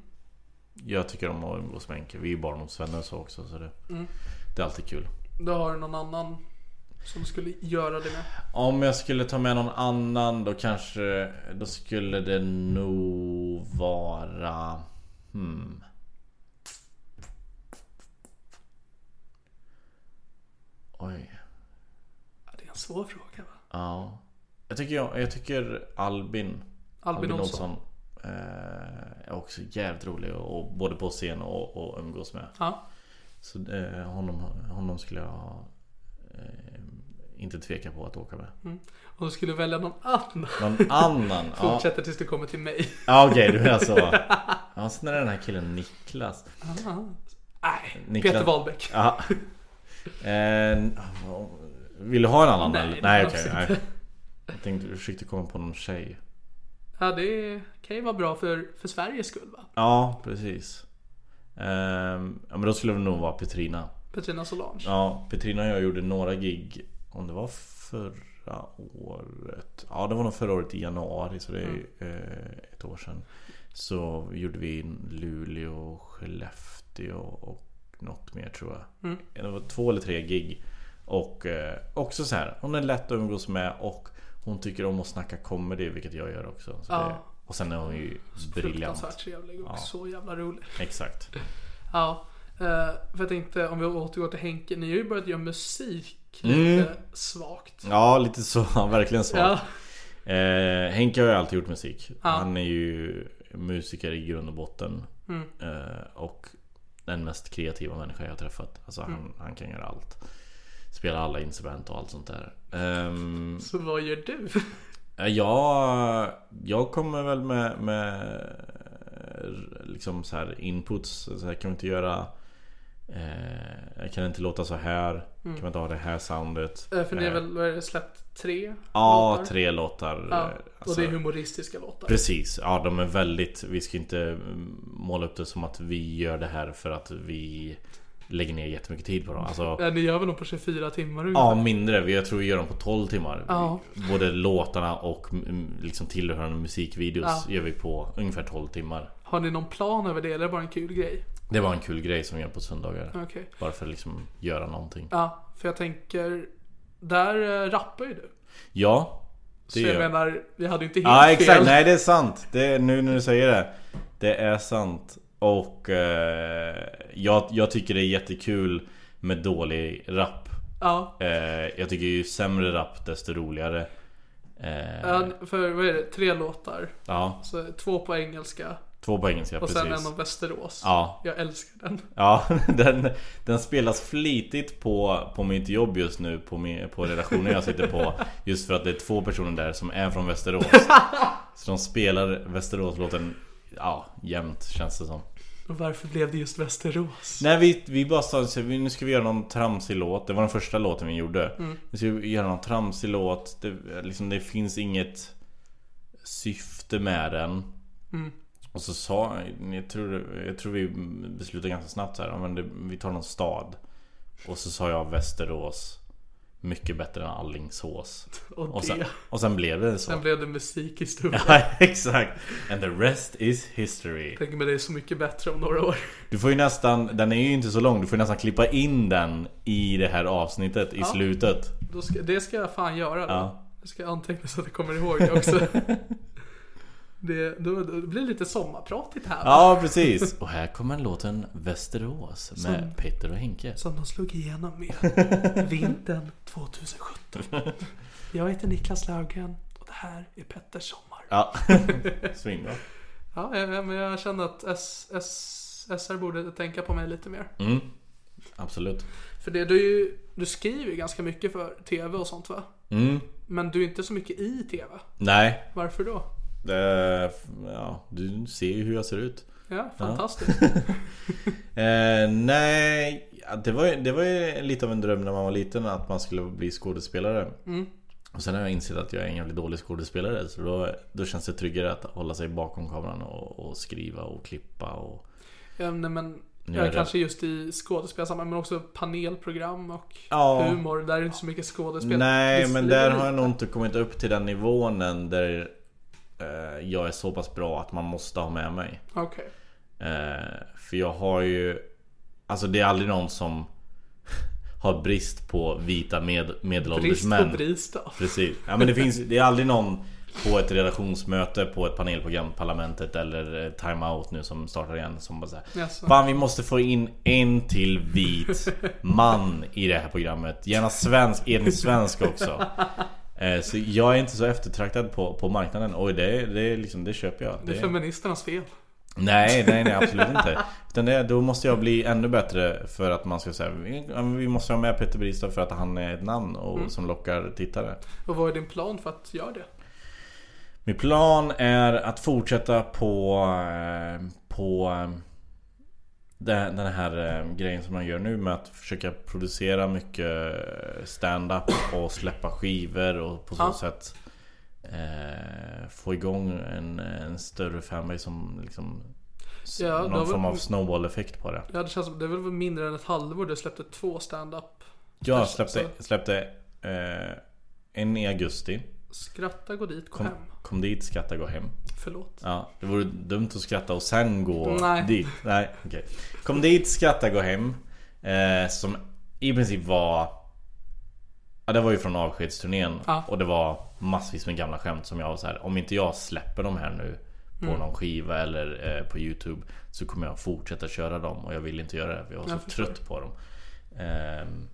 Jag tycker om att umgås med Henke. Vi är ju barndomsvänner och så också. Så det, det är alltid kul.
Då har du någon annan som skulle göra det med.
Om jag skulle ta med någon annan då kanske... Då skulle det nog vara... Hmm. Oj.
Ja, Det är en svår fråga va?
Ja. Jag tycker, jag, jag tycker Albin
Albin Olsson.
eh, är också jävligt rolig och, och både på scen och, och umgås med.
Ja.
Så eh, honom, honom skulle jag eh, inte tveka på att åka med.
Och du skulle välja någon annan.
Någon annan? ja,
Fortsätter tills du kommer till mig.
ja okej du menar så. Ja, sen är det den här killen Niklas.
Nej,
Niklas-
Peter Wahlbeck.
Ja. Eh, vill du ha en annan?
Nej,
eller?
det
nej
behövs
okej.
inte.
nej. Jag tänkte du försökte komma på någon tjej.
Ja, det kan ju vara bra för, för Sveriges skull va?
Ja, precis. Ehm, ja, men då skulle det nog vara Petrina.
Petrina Solange.
Ja, Petrina och jag gjorde några gig. Om det var förra året. Ja, det var nog förra året i januari. Så det är
Mm.
eh, ett år sedan. Så gjorde vi Luleå, Skellefteå och något mer tror jag.
Mm.
Det var två eller tre gig. Och eh, också så här, hon är lätt att umgås med och hon tycker om att snacka comedy, vilket jag gör också. Så det,
Ja.
och sen är hon ju briljant.
Fruktansvärt trevlig och
Ja.
så jävla rolig.
Exakt.
Ja, eh, för jag tänkte om vi återgår till Henke. Ni har ju börjat göra musik
Mm.
lite svagt.
Ja, lite så. Ja, Verkligen så.
Ja.
Eh, Henke har ju alltid gjort musik. Han är ju musiker i grund och botten. Eh, och den mest kreativa människa jag har träffat. Alltså han, han kan göra allt. Spela alla instrument och allt sånt där. Ehm,
Så vad gör du?
Ja, Jag, jag kommer väl med, med eh, liksom så här inputs. Så här, kan vi inte göra... Eh, kan det inte låta så här? Kan vi inte ha det här soundet?
Eh, för ni har
Eh,
väl vad är det, släppt tre
Ja,
låtar?
tre låtar.
Ja,
eh,
och
alltså-
det är humoristiska låtar.
Precis, ja de är väldigt Vi ska inte mm, måla upp det som att vi gör det här för att vi Lägger ner jättemycket tid på dem alltså,
Eh, Ni gör väl dem på 24 timmar ungefär?
Ja mindre, Vi- jag tror vi gör dem på 12 timmar
Ja.
Både låtarna och mm, liksom tillhörande musikvideos
Ja.
gör vi på ungefär 12 timmar
Har ni någon plan över det eller är det bara en kul grej?
Det var en kul grej som vi gör på söndagar
Okej.
Bara för att liksom göra någonting
Ja, för jag tänker... Där eh, rappar ju du.
Ja
Så
gör
jag
jag.
menar, vi hade ju inte helt
Ja exakt,
fel.
nej det är sant. Det är, nu när du säger det. Det är sant. Och eh, jag, jag tycker det är jättekul med dålig rap.
Ja,
Eh, jag tycker ju sämre rap desto roligare. Eh,
ja, för vad är det? Tre låtar.
ja,
Så två på engelska
två på engelska
och sen
precis.
en om Västerås.
Ja,
Jag älskar den.
ja den, den spelas flitigt på, på mitt jobb just nu på, min, på redaktionen jag sitter på Just för att det är två personer där som är från Västerås Så de spelar Västeråslåten ja, jämt känns det som
Och varför blev det just Västerås?
Nej vi, vi bara sa så vi- nu ska vi göra någon tramsig låt Det var den första låten vi gjorde Nu ska vi göra någon tramsig låt det, liksom, det finns inget syfte med den Och så sa jag tror, jag tror vi beslutade ganska snabbt så här, ja, men det, Vi tar någon stad Och så sa jag Västerås Mycket bättre än Alingsås
Och,
Och
det.
sen, och sen blev det så
Sen blev det musikhistoria.
Ja exakt! And the rest is history
Tänk mig det är så mycket bättre om några år.
Du får ju nästan, den är ju inte så lång, du får ju nästan klippa in den i det här avsnittet i slutet.
Då ska, det ska jag fan göra då.
Ja.
Jag ska anteckna så att jag kommer ihåg det också. det, då, då blir det lite sommarpratigt här.
Ja precis! Och här kommer låten Västerås med Peter och Henke.
Som de slog igenom med vintern 2017. Jag heter Niklas Löfgren och det här är Petters sommar.
Ja, svinbra.
Ja, jag- jag- men jag känner att S, S, SR borde tänka på mig lite mer.
Mm. Absolut.
För det, du, är ju, du skriver ju ganska mycket för TV och sånt va?
Mm.
Men du är inte så mycket i TV.
Nej,
Varför då?
det, ja, du ser ju hur jag ser ut.
Ja, fantastiskt.
Eh, nej, ja, det var, ju- det var ju lite av en dröm när man var liten att man skulle bli skådespelare.
Mm.
Och sen har jag insett att jag är en jävligt dålig skådespelare så då, då känns det tryggare att hålla sig bakom kameran och, och skriva och klippa och...
Ja. nej, men
Nu
jag
är det-
kanske just i skådespelarsammanhang men också panelprogram och
Ja.
humor. Där är det inte så mycket skådespel.
Nej
Visst,
men
det är
där
väl-
har jag nog inte kommit upp till den nivån än där eh, jag är så pass bra att man måste ha med mig.
Okej.
Eh, för jag har ju... Alltså det är aldrig någon som har brist på vita med, medelålders
Brist
män.
på brist då.
Precis. Ja, men det, finns, det är aldrig någon på ett redaktionsmöte på ett panelprogram, Parlamentet eller eh, Time Out nu som startar igen som bara såhär
Jaså.
Fan vi måste få in en till vit man i det här programmet. Gärna svensk, etnisk svensk också. Eh, Så jag är inte så eftertraktad på, på marknaden och det, det, är liksom, det köper jag.
Det är feministernas fel.
Nej, nej, nej absolut inte. Utan det, då måste jag bli ännu bättre för att man ska säga vi, ja, men vi måste ha med Peter Bristad för att han är ett namn och,
Mm.
som lockar tittare.
Och vad är din plan för att göra det?
Min plan är att fortsätta på, eh, på eh, den den här eh, grejen som man gör nu med att försöka producera mycket eh, stand-up och släppa skivor och på så
Ja.
sätt eh, få igång en, en större fanbase som liksom s-
Ja, det har
någon form
väl-
av snowball-effekt på det.
Ja, det känns som, det är väl mindre än ett halvår du släppte två stand-up.
Jag släppte, släppte eh, en i augusti.
Skratta, gå dit, gå
Kom,
hem.
kom dit, skratta, gå hem.
Förlåt.
Ja, det vore dumt att skratta och sen gå
Nej.
dit. Nej, okej. Kom dit, skratta, gå hem. Eh, som i princip var... Ja, det var ju från avskedsturnén.
Ja.
Och det var massvis med gamla skämt som jag var så här. Om inte jag släpper de här nu på
Mm.
någon skiva eller eh, på Youtube så kommer jag fortsätta köra dem. Och jag vill inte göra det för jag var så
Jag förstår.
trött på dem. Ehm,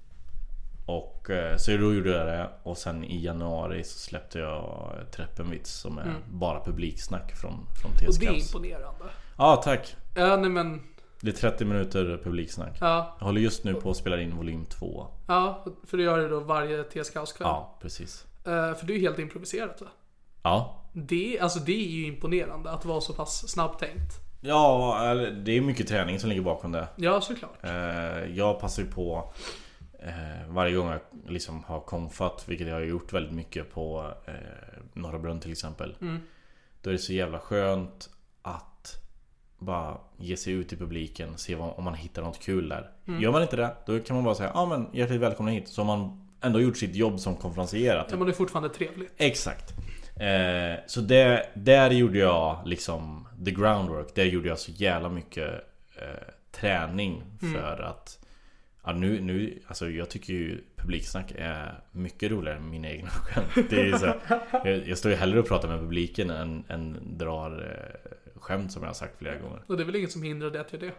och eh, så då gjorde jag det och sen i januari så släppte jag Treppenvits som är bara publiksnack från, från
Mm. Och det är
TSKs. Ja
imponerande.
tack!
Ja, nej men.
Det är 30 minuter publiksnack.
Ja,
Jag håller just nu på att spela in volym 2.
ja för du gör det då varje TS Kaos-kväll.
Ja, precis.
Eh, för det är ju helt improviserat va?
Ja.
Det, alltså det är ju imponerande att vara så pass snabbtänkt.
Ja, eller, det är mycket träning som ligger bakom det.
Ja, såklart.
Eh, Jag passar ju på eh, varje gång jag liksom har konfat, vilket jag har gjort väldigt mycket på eh, Norra Brunn till exempel. Då är det så jävla skönt att bara ge sig ut i publiken, se vad, om man hittar något kul där. Gör man inte det, då kan man bara säga ja ah, men hjärtligt välkomna hit. Så har man ändå gjort sitt jobb som konferencier. att
Ja, men det är fortfarande trevligt.
Exakt. Eh, så det, där gjorde jag liksom the groundwork. Där gjorde jag så jävla mycket eh, träning för att ja, nu, nu, alltså jag tycker ju publiksnack är mycket roligare än mina egna skämt. Det är ju så, här, jag, jag står ju hellre och pratar med publiken än, än drar eh, skämt som jag har sagt flera gånger.
Och det är väl inget som hindrar dig att göra det.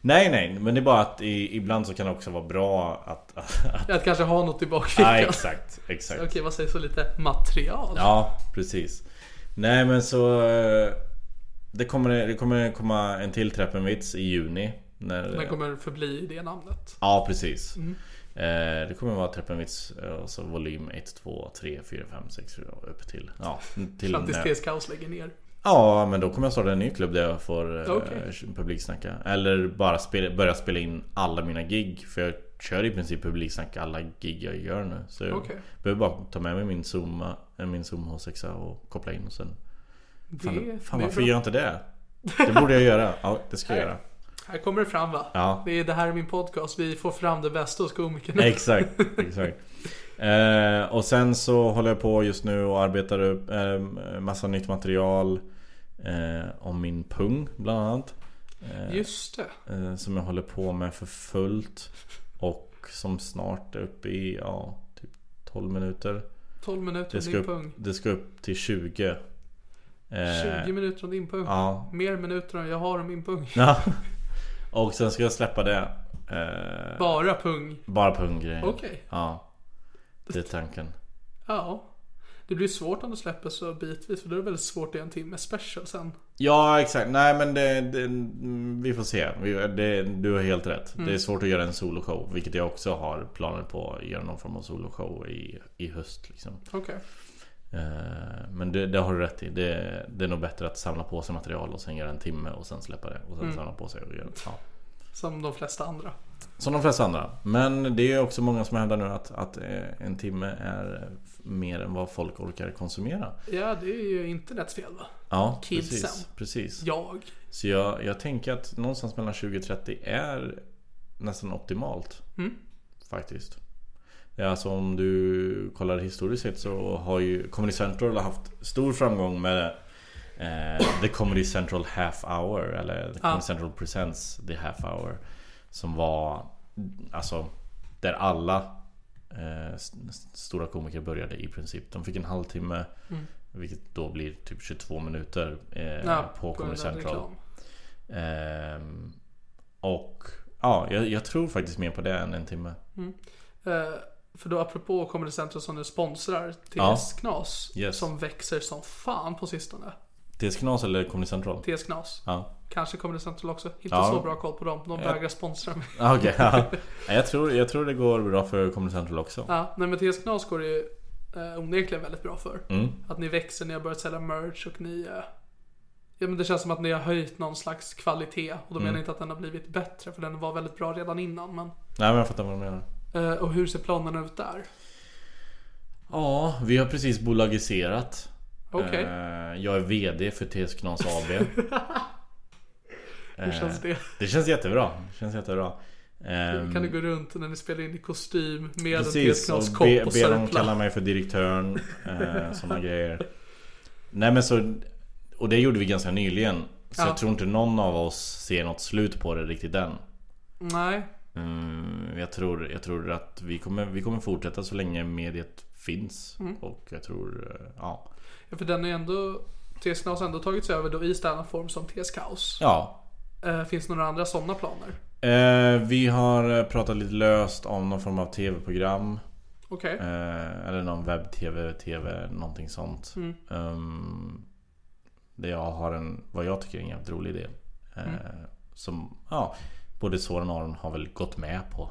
Nej, nej, men det är bara att i, ibland så kan det också vara bra att... att, att
Att kanske ha något i
ja,
bakfickan.
exakt, exakt.
Okej, vad sägs om lite material?
Ja, precis. Nej men så... eh, Det kommer, det kommer komma en till Trappenvits i juni. När,
Den kommer Mm. förbli det namnet.
Ja, precis. Eh, Det kommer vara Trappenvits eh, och så volym 1, 2, 3, 4, 5, 6 fyra, och upp till... Ja, till
Fram tills
när-
TS Kaos lägger ner.
Ja, men då kommer jag starta en ny klubb där jag får eh,
Okej.
publiksnacka. Eller bara spela, börja spela in alla mina gig. För jag kör i princip publiksnack alla gig jag gör nu. Så jag
Okej.
behöver bara ta med mig min Zoom, eh, min Zoom H6 och koppla in och sen
Det,
Fan, fan
det är
varför
bra.
gör jag inte det? Det borde jag göra. Ja, det ska jag göra.
Här kommer det fram va?
Ja.
Det, är, det här är min podcast. Vi får fram det bästa hos komikerna.
Exakt, exakt. Eh, och sen så håller jag på just nu och arbetar upp eh, massa nytt material eh, om min pung bland annat.
Just det.
Eh, som jag håller på med för fullt. Och som snart är uppe i ja, typ 12 minuter.
12 minuter
Det
om
ska
din
upp,
pung.
det ska upp till 20. Eh,
20 minuter om din pung.
Ja,
Mer minuter än jag har om min pung.
Ja. Och sen ska jag släppa det. Eh,
Bara pung.
bara punggrejen.
Okej.
Ja. Det är tanken.
Ja. Det blir svårt om du släpper så bitvis för då är det väldigt svårt i en timme special sen.
Ja exakt. Nej men det, det, mm, vi får se. Vi, det, du har helt rätt. Det är svårt att göra en soloshow. Vilket jag också har planer på. Att göra någon form av soloshow i, i höst. Liksom.
Okej.
Eh, men det, det har du rätt i. Det, det är nog bättre att samla på sig material och sen göra en timme och sen släppa det. Och sen samla på sig och göra ja.
Som de flesta andra.
Som de flesta andra. Men det är också många som hävdar nu att, att eh, en timme är mer än vad folk orkar konsumera.
Ja, det är ju internets fel va?
Ja,
Kidsen.
precis. precis.
Jag.
Så jag, jag tänker att någonstans mellan 20 och 30 är nästan optimalt. Faktiskt. Det är Alltså om du kollar historiskt sett så har ju Comedy Central haft stor framgång med eh, The Comedy Central Half Hour eller The Comedy Central Presents The Half Hour. Som var alltså där alla eh, s- s- stora komiker började i princip. De fick en halvtimme vilket då blir typ 22 minuter eh, på
går
Comedy
den där
Central.
reklam.
Ehm, och ja, jag, jag tror faktiskt mer på det än en timme.
Eh, För då apropå kommer det centrum som nu sponsrar
Ja.
TS Knas.
Yes.
Som växer som fan på sistone.
TS Knas eller Comedy Central?
TS Knas.
Ja.
Kanske kommer det centrum också. Inte
Ja.
så bra koll på dem. De vägrar sponsra mig.
Ah, Okej. ja. Nej, jag, tror, jag tror det går bra för Comedy Central också.
Ja, nej men TS Knas går det ju eh, onekligen väldigt bra för.
Mm.
Att ni växer, ni har börjat sälja merch och ni... Eh, ja men det känns som att ni har höjt någon slags kvalitet. Och då
Mm.
menar jag inte att den har blivit bättre, för den var väldigt bra redan innan. Men,
Nej men jag fattar vad du menar.
eh, och hur ser planerna ut där?
Ja, vi har precis bolagiserat.
Okej,
Eh, Jag är VD för TS Knas AB.
hur känns det?
Eh, Det känns jättebra. Det känns jättebra. Ehm,
Kan du gå runt när ni spelar in i kostym med en TS
Precis, och
Knas kopp
be,
och
be dem kalla
sörpla?
mig för direktören. Eh, Sådana grejer. Nej men så... Och det gjorde vi ganska nyligen. Så
Ja.
jag tror inte någon av oss ser något slut på det riktigt än.
Nej,
Mm, jag, tror, jag tror att vi kommer, vi kommer fortsätta så länge mediet finns. Och jag tror... eh, Ja.
ja, för den är ändå... TS Knas har ändå tagits över då i standup form som TS Kaos.
ja.
Eh, finns det några andra sådana planer?
Eh, vi har eh, pratat lite löst om någon form av tv-program.
Okej,
Eh, eller någon webb-tv, tv, någonting sånt. Ehm, där jag har en, vad jag tycker är en jävligt rolig idé. Eh, Som, ja, både Soran och Aron har väl gått med på.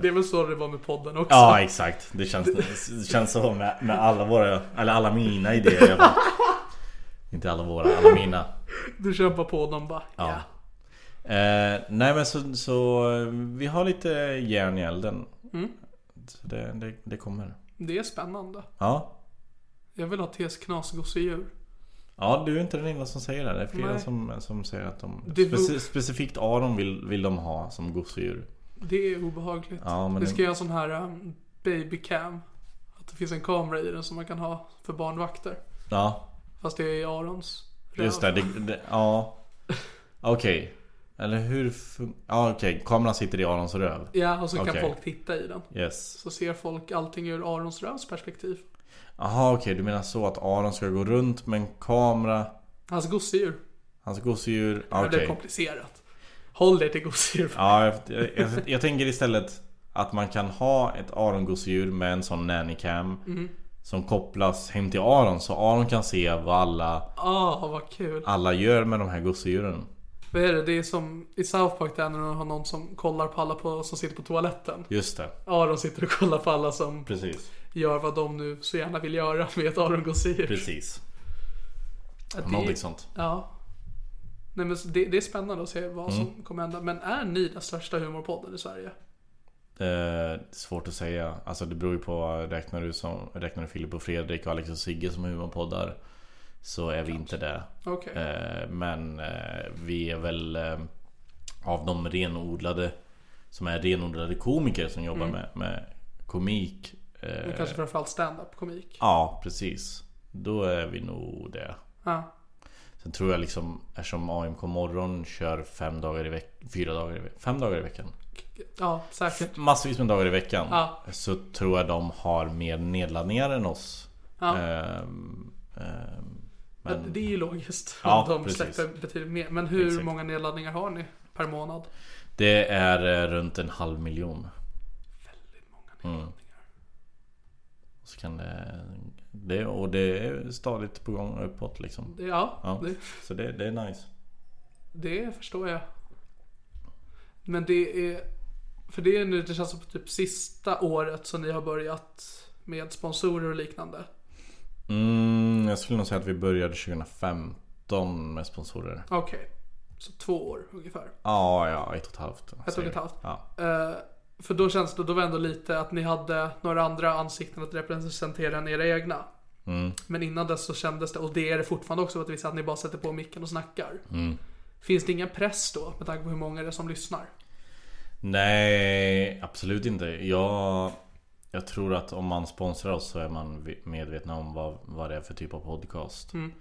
det är väl så det var med podden också?
Eh. ja, exakt. Det känns, det känns så med, med alla våra, eller alla mina idéer. Jag bara, inte alla våra, alla mina.
Du kämpar på och de bara ja.
Ja. Eh, nej men så, så eh, vi har lite järn i elden. Så det, det, det kommer.
Det är spännande.
Ja.
Jag vill ha TS Knasgosedjur.
Ja, du är inte den enda som säger det. Det är flera
Nej.
som, som säger att de...
Det vore-
speci- specifikt Aron vill, vill de ha som gosedjur.
Det är obehagligt.
Ja, men
Vi
det-
ska göra en sån här um, babycam. Att det finns en kamera i den som man kan ha för barnvakter.
Ja,
Fast det är i Arons röv.
just det. det, det ja. Okej. Eller hur... fun- Ja, okej. Kameran sitter i Arons röv.
Ja, och så
Okej.
kan folk titta i den.
Yes.
Så ser folk allting ur Arons rövs perspektiv.
Jaha, okej. Du menar så att Aron ska gå runt med en kamera.
Hans gosedjur.
Hans gosedjur.
Men Det är
Okej.
komplicerat. Håll dig till gosedjur.
Ja, jag, jag, jag, jag tänker istället att man kan ha ett Aron-gosedjur med en sån nannycam.
Mm.
Som kopplas hem till Aron. Så Aron kan se vad alla...
Ah, vad kul.
alla gör med de här gosedjuren.
Vad är det? Det är som i South Park där när de har någon som kollar på alla på, som sitter på toaletten.
Just det.
Aron sitter och kollar på alla som
Precis.
gör vad de nu så gärna vill göra med ett Aron Gossier.
Precis.
Att det-
Någonting sånt.
Ja. Nej, men det, det är spännande att se vad
Mm.
som kommer hända. Men är ni den största humorpodden i Sverige?
Eh, svårt att säga. Alltså det beror ju på. Räknar du, som, räknar du Filip och Fredrik och Alex och Sigge som humorpoddar. Så är vi inte det.
Okej.
Eh, men eh, vi är väl eh, av de renodlade. Som är renodlade komiker som jobbar med, med komik. Eh,
Men kanske framförallt stand-up komik.
ja, precis. Då är vi nog det.
Ja.
Sen tror jag liksom eftersom AMK morgon kör fem dagar i veckan, fyra dagar i veckan, fem dagar i veckan.
ja, säkert.
Massvis med dagar i veckan.
Ja.
Så tror jag de har mer nedladdningar än oss.
Ja.
Ehm, ehm, men
Men... Det är ju logiskt.
Ja,
Ja, de
precis.
släpper betydligt mer. Men hur
Exakt.
många nedladdningar har ni per månad?
det är eh, runt en halv miljon. Mm.
Väldigt många nedladdningar.
Så kan det, det, och det är stadigt på gång uppåt liksom.
Det, ja,
Ja.
Det,
Så det, det är nice.
det förstår jag. Men det är... För det är nu, det känns som typ sista året som ni har börjat med sponsorer och liknande.
Mm, jag skulle nog säga att vi började 2015 med sponsorer.
Okej. Så två år ungefär.
Ja, ja, ett och ett halvt.
Ett och ett halvt.
Ja.
Eh, för då känns det, då var det ändå lite att ni hade några andra ansikten att representera än era egna. Men innan dess så kändes det, och det är det fortfarande också, att, vissa, att ni bara sätter på micken och snackar. Finns det ingen press då, med tanke på hur många det är som lyssnar?
Nej, absolut inte. Jag, jag tror att om man sponsrar oss så är man vi- medvetna om vad, vad det är för typ av podcast.
Mm.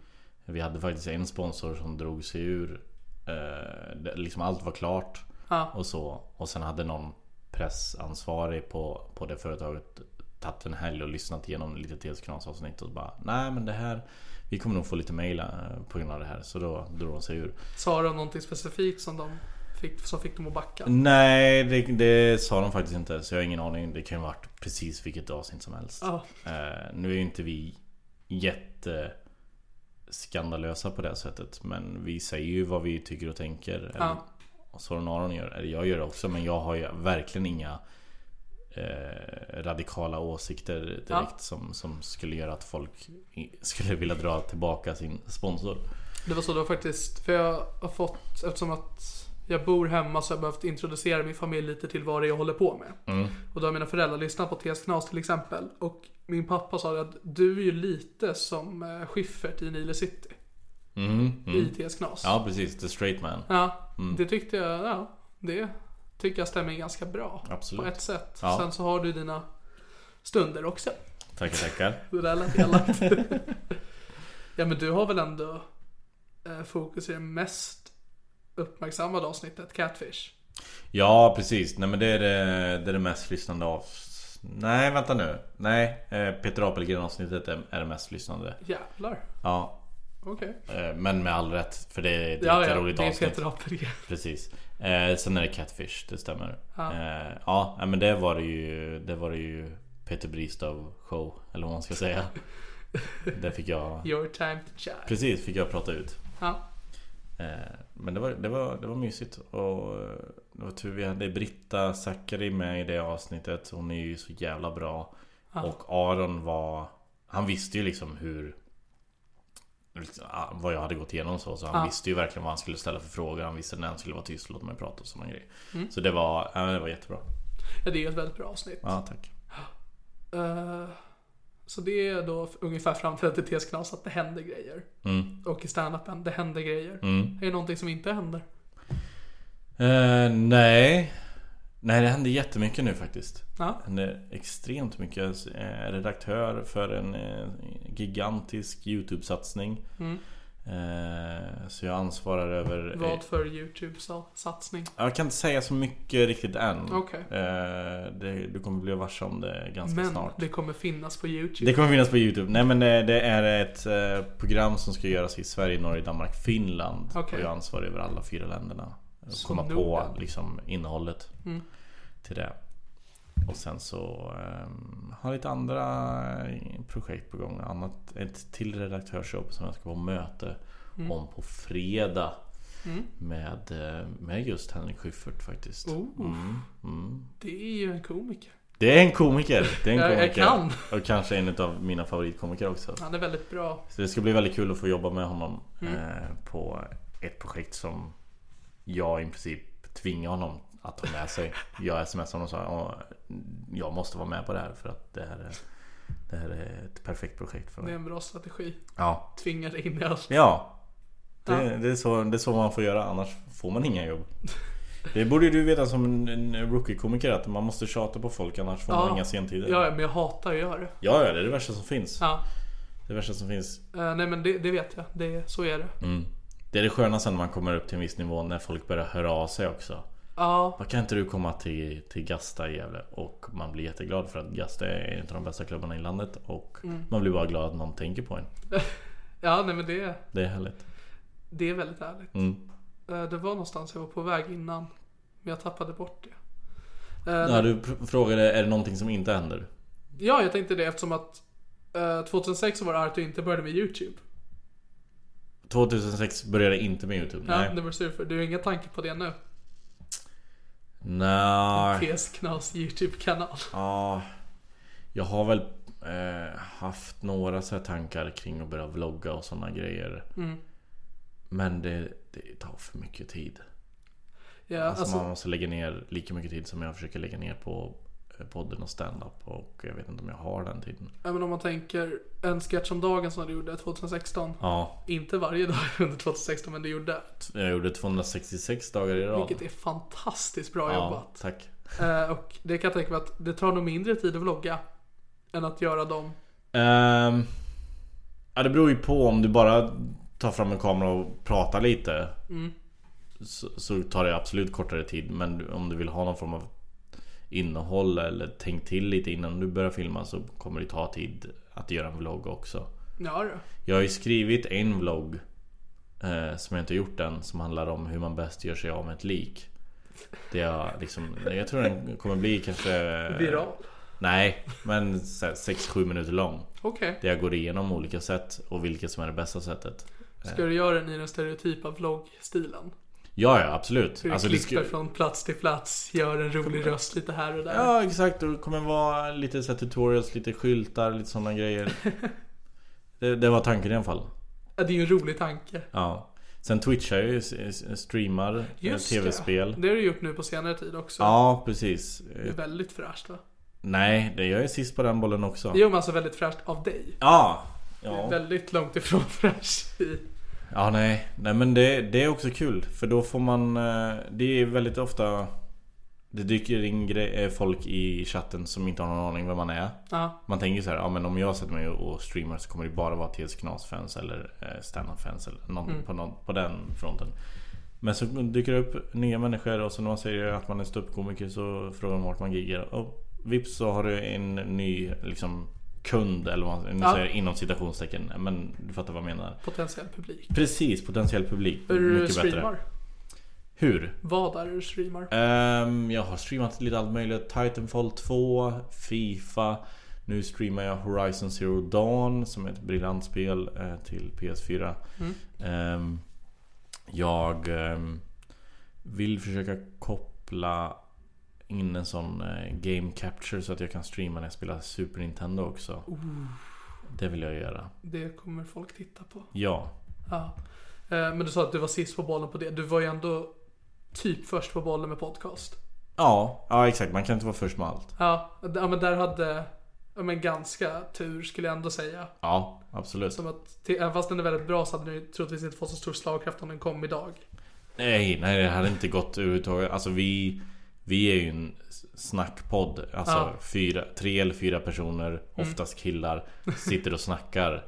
Vi hade faktiskt en sponsor som drog sig ur. Eh, det, liksom allt var klart
Ja.
och så. Och sen hade någon pressansvarig på, på det företaget tagit en helg och lyssnat igenom lite TS Knas-avsnitt och bara Nej men det här Vi kommer nog få lite mejl eh, på grund av det här så då drog de sig ur
Sa de någonting specifikt som de fick, som fick dem att backa.
Nej, det, det sa de faktiskt inte. Så jag har ingen aning. Det kan ju varit precis vilket avsnitt som helst.
Ja.
Eh, nu är ju inte vi jätte skandalösa på det sättet. Men vi säger ju vad vi tycker och tänker. Eller,
Ja.
Och Soran Aron gör Eller jag gör det också. Men jag har ju verkligen inga eh, radikala åsikter direkt
Ja.
som, som skulle göra att folk i- skulle vilja dra tillbaka sin sponsor.
Det var så det var faktiskt, för jag har fått, eftersom att jag bor hemma så har jag behövt introducera min familj lite till vad det är jag håller på med.
Mm.
Och då har mina föräldrar lyssnat på TS Knas till exempel. Och min pappa sa det att du är ju lite som eh, Schiffert i Nile City.
Mm, mm.
I TS Knas.
Ja Mm. precis, the straight man.
Ja, det tyckte jag, ja, det tycker jag stämmer ganska bra.
Absolut.
På ett sätt.
Ja.
Sen så har du dina stunder också.
Tackar tackar.
Det där lät elakt. ja men du har väl ändå eh, fokus i det mest uppmärksammade avsnittet, Catfish.
Ja precis, nej men det är det, det, är det mest lyssnande av Nej vänta nu Nej eh, Peter Apelgren avsnittet är, är det mest lyssnande
Jävlar.
Ja
Okej.
eh, Men med all rätt för det är ett
Ja, ja,
jätteroligt
det är
avsnitt
Peter Apelgren.
Precis eh, Sen är det Catfish, det stämmer Ja, eh, ja nej, men det var det ju Det var det ju Peter Bristow show Eller vad man ska säga Det fick jag
Your time to chat.
Precis, fick jag prata ut
Ja.
Eh, Men det var, det, var, det var mysigt och eh, det var tur vi hade Britta Zackari med i det avsnittet. Hon är ju så jävla bra. Och Aron var... Han visste ju liksom hur... ah, Vad jag hade gått igenom så. Så han visste ju verkligen vad han skulle ställa för frågor. Han visste när han skulle vara tyst och låta mig prata och sådana grejer. Så det var, ja, men det var jättebra.
ja, det är ju ett väldigt bra avsnitt.
Ja, tack.
Eh, så det är då ungefär fram till att det tes knas att det händer grejer.
Mm.
Och i standupen, det händer grejer. Är det någonting som inte händer?
Eh, nej. Nej, det händer jättemycket nu faktiskt.
Ja.
Det händer extremt mycket. Jag är redaktör för en eh, gigantisk YouTube-satsning.
Mm.
Eh, Så jag ansvarar över... eh,
Vad för YouTube-satsning?
Jag kan inte säga så mycket riktigt än.
Okej.
Eh, det- Du kommer bli varse om det ganska
Men
snart.
det kommer finnas på YouTube.
Det kommer finnas på Youtube. Nej men det, det är ett eh, program som ska göras i Sverige, Norge, Danmark, Finland.
Okej.
Och jag är ansvarig över alla fyra länderna. Och
Så
komma på
Norden.
liksom, innehållet
Mm.
till det. Och sen så ehm, har jag lite andra eh, projekt på gång. Annat, ett till redaktörsjobb som jag ska på möte
Mm.
om på fredag. Med, eh, med just Henrik Schyffert faktiskt. Mm,
Oh. Det är ju en komiker.
Det är en komiker! Det är en
Jag- jag
komiker.
kan.
Och kanske en av mina favoritkomiker också.
Han är väldigt bra.
Så det ska bli väldigt kul att få jobba med honom
Mm.
eh, på ett projekt som jag i princip tvingar honom att ta med sig. Jag smsade honom och sa "Ja, jag måste vara med på det här för att det här är, det här är ett perfekt projekt för
Det är
mig.
en bra strategi.
Ja,
Tvinga dig in i allt.
ja.
Ja.
Det, det, är så, det är så man får göra annars får man inga jobb. Det borde ju du veta som en, en rookie-komiker att man måste tjata på folk annars får man
Ja.
inga sentider.
Ja, men jag hatar att göra det.
ja, ja, det är det värsta som finns.
Ja.
Det värsta som finns.
Eh, nej men det, det vet jag. Det, så är det.
Mm. Det är det sköna sen när man kommer upp till en viss nivå när folk börjar höra av sig också.
Ja,
Vad kan inte du komma till, till Gasta i Gävle? Och man blir jätteglad för att Gasta är en av de bästa klubbarna i landet och
Mm.
man blir bara glad att någon tänker på en.
ja nej men det,
Det är härligt.
det är väldigt ärligt.
Mm.
Eh, det var någonstans jag var på väg innan. Men jag tappade bort det.
Ja, du pr- frågade, är det någonting som inte händer?
Ja, jag tänkte det eftersom att eh, 2006 så var det att du inte började med YouTube.
2006 började jag inte med Youtube?
Ja, det
Nej.
var sur för. Du har inga tankar på det nu?
Nej.
TS Knas YouTube-kanal.
Ja. Jag har väl eh, haft några så här tankar kring att börja vlogga och sådana grejer.
Mm.
Men det, det tar för mycket tid.
Ja,
Alltså,
alltså,
man måste lägga ner lika mycket tid som jag försöker lägga ner på eh, podden och stand-up och jag vet inte om jag har den tiden.
även om man tänker en sketch om dagen som du gjorde 2016.
Ja,
Inte varje dag under 2016, men du gjorde.
jag gjorde 266 dagar i rad.
Vilket är fantastiskt bra
ja,
jobbat.
tack.
Eh, och det kan jag tänka mig att det tar nog mindre tid att vlogga. Än att göra dem.
Ehm, ja, det beror ju på om du bara tar fram en kamera och pratar lite. Så, så tar det absolut kortare tid men du- om du vill ha någon form av innehåll eller tänk till lite innan du börjar filma så kommer det ta tid att göra en vlogg också.
Ja, du.
Jag har ju skrivit en vlogg eh, Som jag inte gjort än som handlar om hur man bäst gör sig av med ett lik Det jag liksom, jag tror den kommer bli kanske
Viral.
Nej, men 6-7 minuter lång
Okej.
Där jag går igenom olika sätt och vilket som är det bästa sätet
Ska du göra den i den stereotypa vloggstilen?
Ja, ja absolut
Hur
Alltså,
du
det
klipper
sku-
från plats till plats, gör en rolig röst lite här och där.
Ja exakt, och det kommer vara lite så här tutorials, lite skyltar, lite sådana grejer det, det var tanken i alla fall
Ja, Det är ju en rolig tanke.
Ja Sen twitchar jag ju, s- s- streamar eh,
Just
tv-spel
det. Det har du gjort nu på senare tid också.
Ja precis
Det är
Eh,
väldigt fräscht va?
Nej, det jag är sist på den bollen också
Jo men alltså väldigt fräscht av dig.
Ja!
Det är
Ja,
Väldigt långt ifrån fräscht i.
ja nej. nej men det, det är också kul för då får man eh, Det är väldigt ofta Det dyker in gre- eh, folk i chatten som inte har någon aning vem man är
Ja.
Man tänker så här, ja men om jag sätter mig och streamar så kommer det bara vara TS Knas-fans eller eh, standup-fans eller någon, på, någon, på den fronten. Men så dyker det upp nya människor och så när man säger att man är ståuppkomiker så frågar de vart man giggar. Och vips så har du en ny liksom kund eller vad man nu
Ja.
säger inom citationstecken. Men du fattar vad jag menar.
Potentiell publik.
Precis, potentiell publik.
Hur du
mycket
streamar?
bättre. Hur?
Vad är det du streamar?
Ehm, jag har streamat lite allt möjligt. Titanfall 2, Fifa. Nu streamar jag Horizon Zero Dawn som är ett briljant spel eh, till PS4. Ehm, jag ehm, vill försöka koppla in en sån eh, game capture så att jag kan streama när jag spelar Super Nintendo också. Det vill jag göra.
Det kommer folk titta på.
Ja.
Ja. Eh, Men du sa att du var sist på bollen på det. Du var ju ändå typ först på bollen med podcast.
Ja, ja exakt. Man kan inte vara först med allt.
Ja, d- ja men där hade ja, men ganska tur skulle jag ändå säga.
Ja, absolut.
Som att, till- även fast den är väldigt bra så hade den ju troligtvis inte fått så stor slagkraft om den kom idag.
Nej, nej det hade inte gått överhuvudtaget. Alltså vi, vi är ju en s- snackpodd. Alltså
Ja. Mm.
fyra, tre eller fyra personer, oftast killar, sitter och snackar.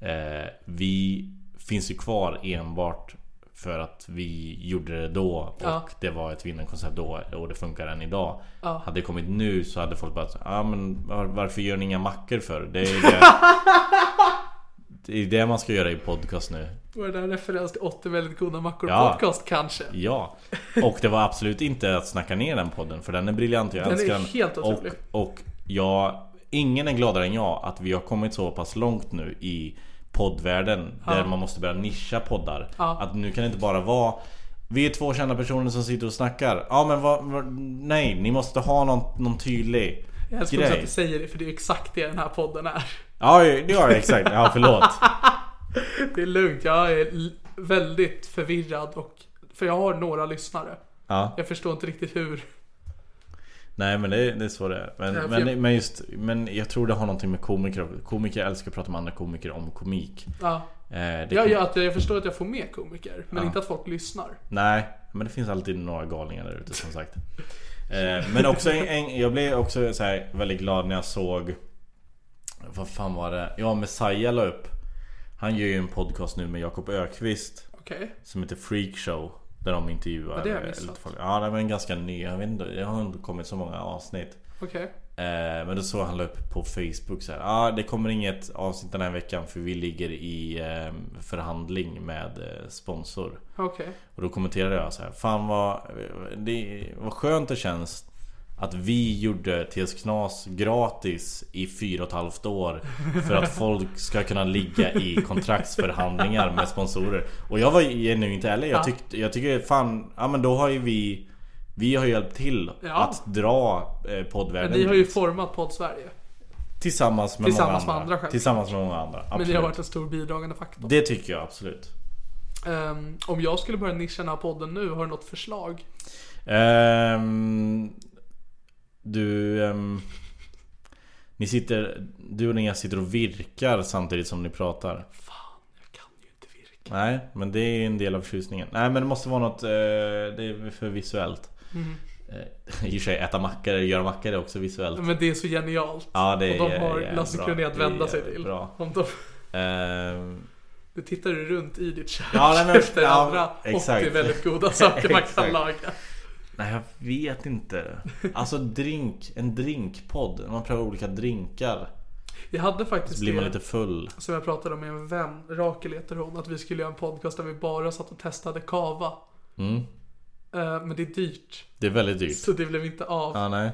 Eh, vi finns ju kvar enbart för att vi gjorde det då och
Ja.
det var ett vinnarkoncept då och det funkar än idag.
Ja.
Hade det kommit nu så hade folk bara ja ah, men var, varför gör ni inga mackor för? Det är ju det, det, är det man ska göra i podcast nu.
Var det där en referens till 80 väldigt goda mackor
Ja.
podcast kanske?
Ja, och det var absolut inte att snacka ner den podden för den är briljant, jag
Den är
älskar
helt
och,
otrolig.
och jag, ingen är gladare än jag att vi har kommit så pass långt nu i poddvärlden där man måste börja nischa poddar.
Ja.
Att nu kan det inte bara vara vi är två kända personer som sitter och snackar. Ja men vad, vad, nej, ni måste ha någon, någon tydlig
Jag älskar också att
grej.
du säger det för det är ju exakt det den här podden är.
Ja, ja, ja exakt. Ja förlåt.
Det är lugnt, jag är l- väldigt förvirrad och... För jag har några lyssnare.
Ja.
Jag förstår inte riktigt hur.
Nej men det, det är så det är. Men,
Ja, för
men,
jag-
men, just, men jag tror det har någonting med komiker Komiker älskar att prata med andra komiker om komik.
Ja.
Eh, det
Ja,
kan-
ja, att jag förstår att jag får med komiker, men inte att folk lyssnar.
Nej, men det finns alltid några galningar där ute som sagt. Eh, men också en, en, jag blev också så här väldigt glad när jag såg Vad fan var det? Ja, Messiah la upp Han gör ju en podcast nu med Jakob Ökvist
Okej.
Som heter Freakshow Där de intervjuar
Ja, det har jag
eh,
missat.
lite folk. Ja, det var en ganska ny, jag vet inte, det har inte kommit så många avsnitt
Okej.
Eh, Men då såg han la upp på Facebook så här. Ah, det kommer inget avsnitt den här veckan för vi ligger i eh, förhandling med eh, sponsor.
Okej.
Och då kommenterade jag så här. Fan vad, det, vad skönt det känns att vi gjorde TS Knas gratis i fyra och ett halvt år För att folk ska kunna ligga i kontraktsförhandlingar med sponsorer Och jag var genuint ärlig, jag, tyckte, jag tycker fan, ja men då har ju vi Vi har hjälpt till
Ja.
att dra eh,
Men
poddvärlden
ni har ju
dit.
format podd Sverige.
Tillsammans med
Tillsammans
många
med andra
andra.
självklart.
Tillsammans med många andra.
Men
Absolut.
ni har varit en stor bidragande faktor.
Det tycker jag absolut.
Ehm, om jag skulle börja nischa den här podden nu, har du något förslag?
Ehm, du... ehm, ni sitter... Du och Linnea sitter och virkar samtidigt som ni pratar.
Jag kan ju inte virka.
Nej, men det är en del av förtjusningen. Nej, men det måste vara något... eh, det är för visuellt.
Mm.
Eh, I och för sig, äta mackor, göra mackor är också visuellt.
Men det är så genialt.
Ja, det
Mm. och de
är-
har
är
Lasse
bra.
Kronér att
Det är
vända sig till.
bra.
Om de,
Ehm,
du tittar ju runt i ditt kök
Ja, nej, men-
efter
ja,
andra
exakt.
80 väldigt goda saker man kan
Exakt.
laga.
Nej jag vet inte Alltså drink, en drinkpodd, man prövar olika drinkar
Jag hade faktiskt
Blir man
det
lite full?
som jag pratade om med en vän, Rakel heter hon, att vi skulle göra en podcast där vi bara satt och testade kava.
Mm.
Eh, men det är dyrt,
Det är väldigt dyrt.
så det blev inte av.
Ja, nej.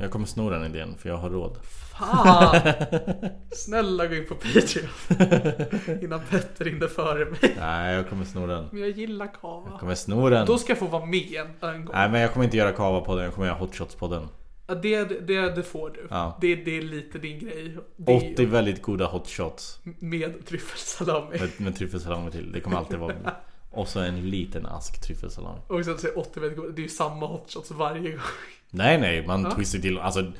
Jag kommer sno den idén för jag har råd.
Fan! Snälla gå in på Patreon. Innan Petter hinner före mig.
Nej, jag kommer sno den.
Men jag gillar
Jag
kava.
kommer sno den.
Då ska jag få vara med en, en gång.
Nej, men jag kommer inte göra kava-podden. Jag kommer göra hotshots-podden.
Ja, Det, det, det får du.
Ja.
Det, det är lite din grej. Det är
80 väldigt goda hotshots
Med tryffelsalami.
med, med tryffelsalami till. Det kommer alltid vara... Och så en liten ask tryffelsalami.
Och sen säger 80 väldigt god. Det är ju samma hotshots varje gång.
Nej, nej, man twistar till. Alltså,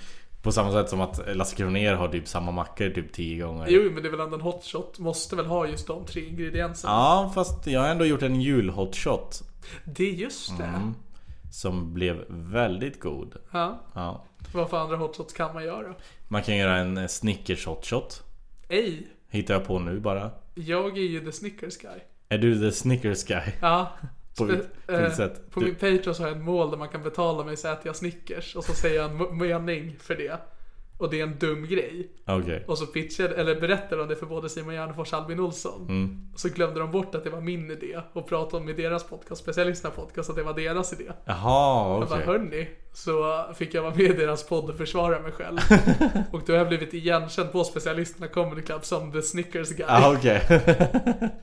på samma sätt som att Lasse Kronér har typ samma mackor typ 10 gånger.
Jo, men det är väl ändå en hotshot. Måste väl ha just de tre ingredienserna.
Ja, fast jag har ändå gjort en julhotshot
Det är just det.
Mm. som blev väldigt god.
Ja.
Ja.
Vad för andra hotshots kan man göra?
Man kan göra en eh, Snickers hotshot.
Ej,
Hittar jag på nu bara.
jag är ju the Snickers guy.
Är du the Snickers guy?
Ja.
På vil- på
eh,
vilket sätt?
På
Du-
min Patreon så har jag ett mål där man kan betala mig så att jag Snickers. Och så säger jag en m- mening för det. Och det är en dum grej.
Okej.
Och så pitchade, eller berättade de det för både Simon Gärdenfors och Albin Olsson.
Mm.
Så glömde de bort att det var min idé och pratade om i deras podcast, specialisterna podcast, att det var deras idé.
Jaha,
Jag bara,
okej.
hörni, så fick jag vara med i deras podd och försvara mig själv. och då har jag blivit igenkänd på specialisterna Comedy Club som The Snickers Guy.
Ah, okej.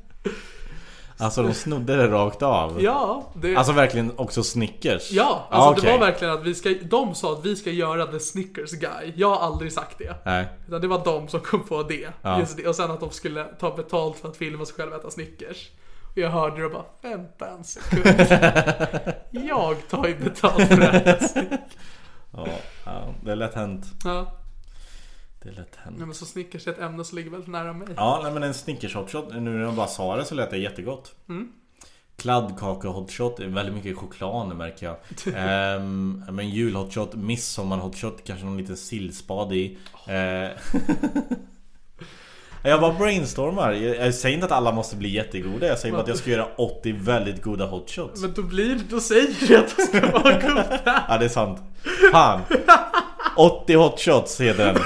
alltså de snodde det rakt av?
Ja, det...
Alltså verkligen också Snickers?
Ja, alltså
Ah, okej.
det var verkligen att vi ska, de sa att vi ska göra The Snickers Guy. Jag har aldrig sagt det.
Nej.
Utan det var de som kom på det.
Ja.
Just det. Och sen att de skulle ta betalt för att filma sig själva äta Snickers. Och jag hörde det och bara, vänta en sekund. jag tar ju betalt för att äta Snickers.
Ja, ja, det är lätt hänt.
Ja,
Det är lätt hänt.
nej, men så Snickers är ett ämne som ligger väldigt nära mig.
Ja, nej, men en Snickers hotshot, nu när jag bara sa det så lät det jättegott.
Mm.
Kladdkaka hotshot, är väldigt mycket choklad nu märker jag. Ehm, men julhotshot, midsommar hotshot, kanske någon liten sillspad i. Eh, jag bara brainstormar. Jag, jag säger inte att alla måste bli jättegoda, jag säger bara att jag ska göra 80 väldigt goda hotshots.
Men då blir då säger vi att de ska vara goda.
Ja, det är sant. Fan! 80 hotshots heter den.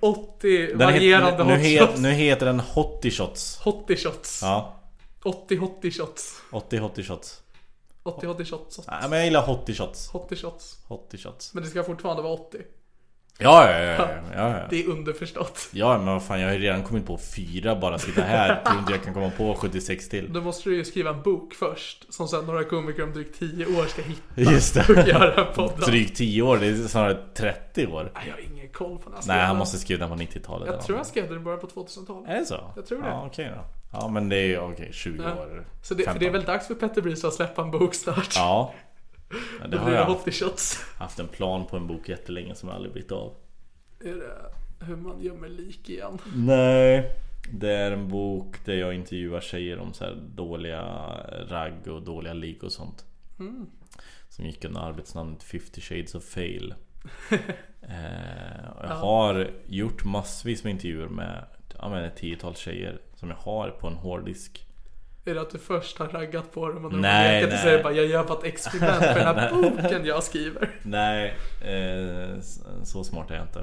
80
den
varierande
heter, nu,
hotshots.
het, nu heter den hottie shots.
Hottie shots.
Ja,
80 hottie shots.
80 hottie shots.
80 hottie shots.
Nej men jag gillar hottie shots.
Hottie shots.
Hottie shots.
Men det ska fortfarande vara 80.
Ja, ja, ja, ja, ja, ja.
Det är underförstått.
Ja, men vad fan jag har ju redan kommit på fyra bara sitta här. Tror inte jag kan komma på 76 till.
Då måste du ju skriva en bok först. Som sen några komiker om drygt 10 år ska hitta
Just
och
det.
göra en podd av.
Drygt 10 år, det är snarare 30 år.
Nej, Jag har ingen koll på den här
Nej,
scenen.
han måste skriva den på 90-talet.
Jag
eller
tror jag
något.
skrev den i början på 2000-talet.
Är det så?
Jag tror det.
Ja, okej då. Ja, men det är ju okej, 20
Ja.
år.
Så det, för det är
15.
väl dags för Petter Brys att släppa en bok snart.
Ja. Ja, Det
Då
har
blir det
jag haft.
hottie shots.
haft en plan på en bok jättelänge som jag aldrig blivit av.
Är det hur man gömmer lik igen?
Nej. Det är en bok där jag intervjuar tjejer om så här dåliga ragg och dåliga lik och sånt.
Hmm.
Som gick under arbetsnamnet 50 shades of fail. eh, och jag har gjort massvis med intervjuer med ja, men ett tiotal tjejer som jag har på en hårddisk.
Är det att du först har raggat på dem och när de
Nej,
har lekat
nej.
och säger bara jag gör bara ett experiment för den här boken jag skriver.
Nej, eh, s- så smart är jag inte.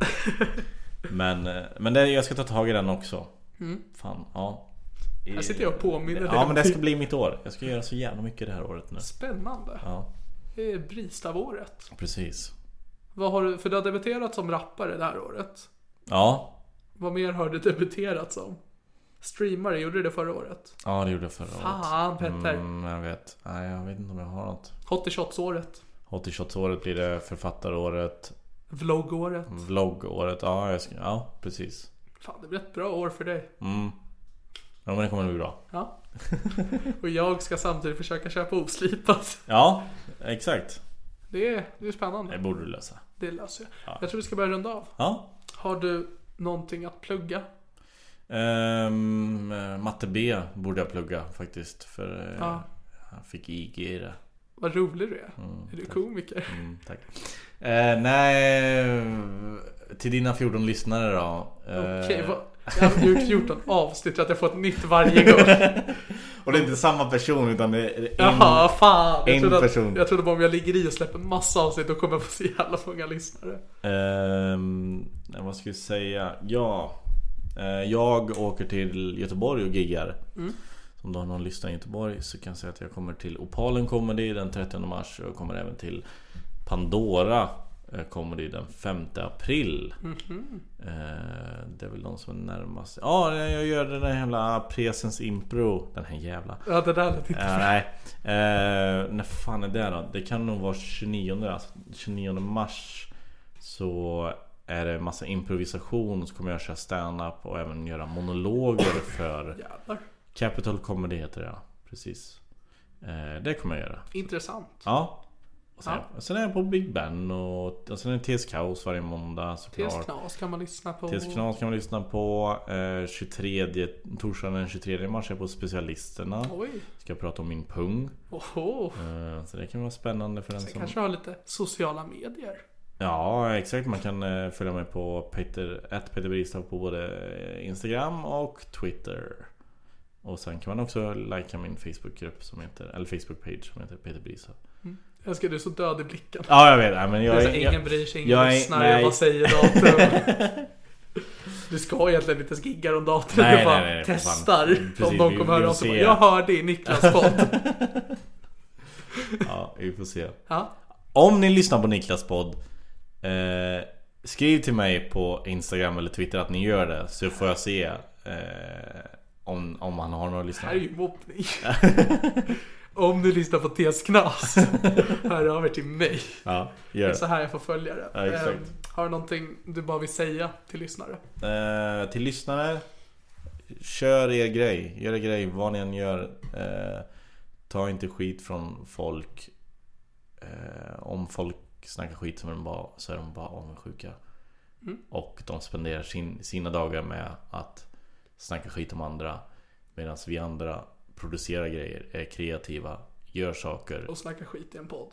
Men, eh, men det, jag ska ta tag i den också. Fan, ja.
Hmm. Här sitter jag och påminner dig
Ja
om
men det ska
det.
bli mitt år. Jag ska göra så jävla mycket det här året nu.
Spännande.
Ja,
Det är Bristavåret.
precis.
Vad har du, för du har debuterat som rappare det här året.
Ja,
Vad mer har du debuterat som? Streamare, gjorde du det förra året?
ja det gjorde jag förra året.
Fan Petter.
Mm, jag vet. Nej, jag vet inte om jag har något.
Hot shots-året.
80 året blir det, författaråret,
Vlogg-året.
Mm. vloggåret. Ja, jag ska, ja precis.
Fan, det blir ett bra år för dig.
Ja men det kommer bli bra.
Ja. Och jag ska samtidigt försöka köpa oslipat.
Ja, exakt.
Det är, det är
Det
spännande.
borde du lösa.
Det löser jag. Jag tror vi ska börja runda av.
Ja.
Har du någonting att plugga?
Ehm, matte B borde jag plugga faktiskt. För eh,
Ja.
jag fick IG i det.
Vad rolig du är. är du komiker?
Mm, tack. Eh, nej, till dina 14 lyssnare då. Eh,
Okej, vad- jag har gjort 14 avsnitt att jag får ett nytt varje gång.
Och det är inte samma person utan det är en...
Jaha, fan. Jag
en
trodde,
person.
Att, jag trodde bara om jag ligger i och släpper massa avsnitt då kommer jag få se alla många lyssnare.
Ehm, vad ska jag säga? Ja, eh, jag åker till Göteborg och giggar. Om du har någon lyssnare i Göteborg så kan jag säga att jag kommer till Opalen Comedy den 30 mars och jag kommer även till Pandora eh, Comedy den 5 april. Eh, Det är väl de som är närmast. Ja, jag gör den här jävla Presens Impro. Den här jävla.
Ja, det där lät inte...
Eh, nej. Eh, när fan är det då? Det kan nog vara 29, alltså 29 mars. Så är det massa improvisation och så kommer jag köra stand-up och även göra monologer för
Jävlar.
Capital Comedy heter det ja. Precis. Eh, det kommer jag göra.
Intressant.
Ja. Och sen, och sen är jag på Big Ben och, och sen är det TS Kaos varje måndag
TS
såklart.
Knas kan man lyssna på.
TS Knas kan man lyssna på. Eh, 23, torsdagen den 23 mars är jag på Specialisterna.
Oj.
Ska jag prata om min pung.
Oho.
Eh, Så det kan vara spännande för den
Sen
som...
kanske har lite sociala medier.
Ja, exakt. Man kan eh, följa mig på Peter, at Peter Bristav på både eh, Instagram och Twitter. Och sen kan man också likea min Facebookgrupp som heter, eller Facebook-page som heter Peter Bristav.
Jag älskar du är så död i blicken.
Ja, jag vet. Nej, men jag,
det är så,
jag,
här, ingen
jag,
bryr sig, ingen
jag är-
lyssnar,
nej.
vad säger datorn? Du ska egentligen inte ens gigga om datorn,
Nej,
du bara
nej, nej, för fan.
testar om
Precis,
de kommer
vi- vi
höra
vill
oss och bara,
se.
Jag hörde i Niklas podd.
ja, vi får se.
Ja,
Om ni lyssnar på Niklas podd eh, Skriv till mig på Instagram eller Twitter att ni gör det så får jag se eh, om, om han har några
det här är
lyssnare.
ju mobbning. Om du lyssnar på TS Knas, hör av er till mig.
Ja, gör
Det är så
det.
här jag får följa det.
Ja, exakt.
Ehm, har du någonting du bara vill säga till lyssnare?
Eh, till lyssnare Kör er grej, gör er grej vad ni än gör eh, Ta inte skit från folk eh, Om folk snackar skit så är de bara, så är de bara avundsjuka Och de spenderar sin, sina dagar med att snacka skit om andra Medan vi andra producerar grejer, är kreativa, gör saker
Och snacka skit i en podd.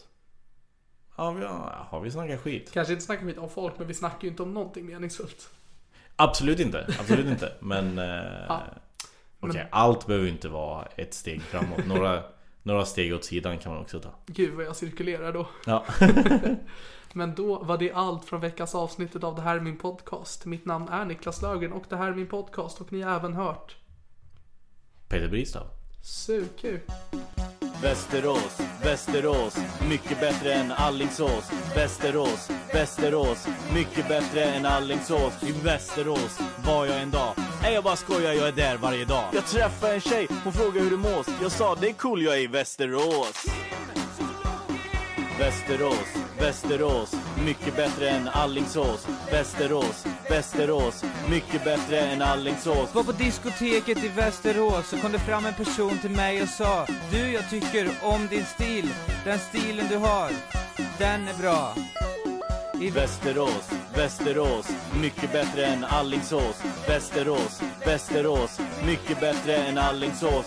Ja, vi har, har vi snackat skit?
Kanske inte snacka skit om folk, men vi snackar ju inte om någonting meningsfullt.
Absolut inte, absolut inte. Men... Eh, Okej,
men-
allt behöver ju inte vara ett steg framåt. Några, några steg åt sidan kan man också ta.
Gud vad jag cirkulerar då.
Ja.
Men då var det allt från veckans avsnittet av Det här är min podcast. Mitt namn är Niklas Lögen och det här är min podcast och ni har även hört
Peter Bristav.
Sukuk.
Västerås, Västerås, mycket bättre än Allingsås. Västerås, Västerås, mycket bättre än Allingsås. I Västerås var jag en dag. Nej, jag bara skojar, jag är där varje dag. Jag träffade en tjej, hon frågade hur det mås. Jag sa, det är cool, jag är i Västerås. Västerås, Västerås, mycket bättre än Allingsås. Västerås, Västerås, mycket bättre än Allingsås.
Var på diskoteket i Västerås så kom det fram en person till mig och sa Du, jag tycker om din stil. Den stilen du har, den är bra. I Vä-
Västerås, Västerås, mycket bättre än Allingsås. Västerås, Västerås, mycket bättre än Allingsås.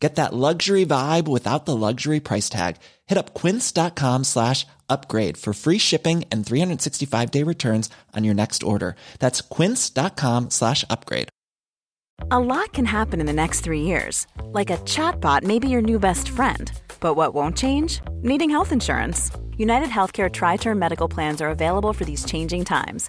Get that luxury vibe without the luxury price tag. Hit up quince.com slash upgrade for free shipping and 365 day returns on your next order. That's quince.com slash upgrade.
A lot can happen in the next three years. Like a chatbot may be your new best friend. But what won't change? Needing health insurance. United Healthcare Tri Term Medical Plans are available for these changing times.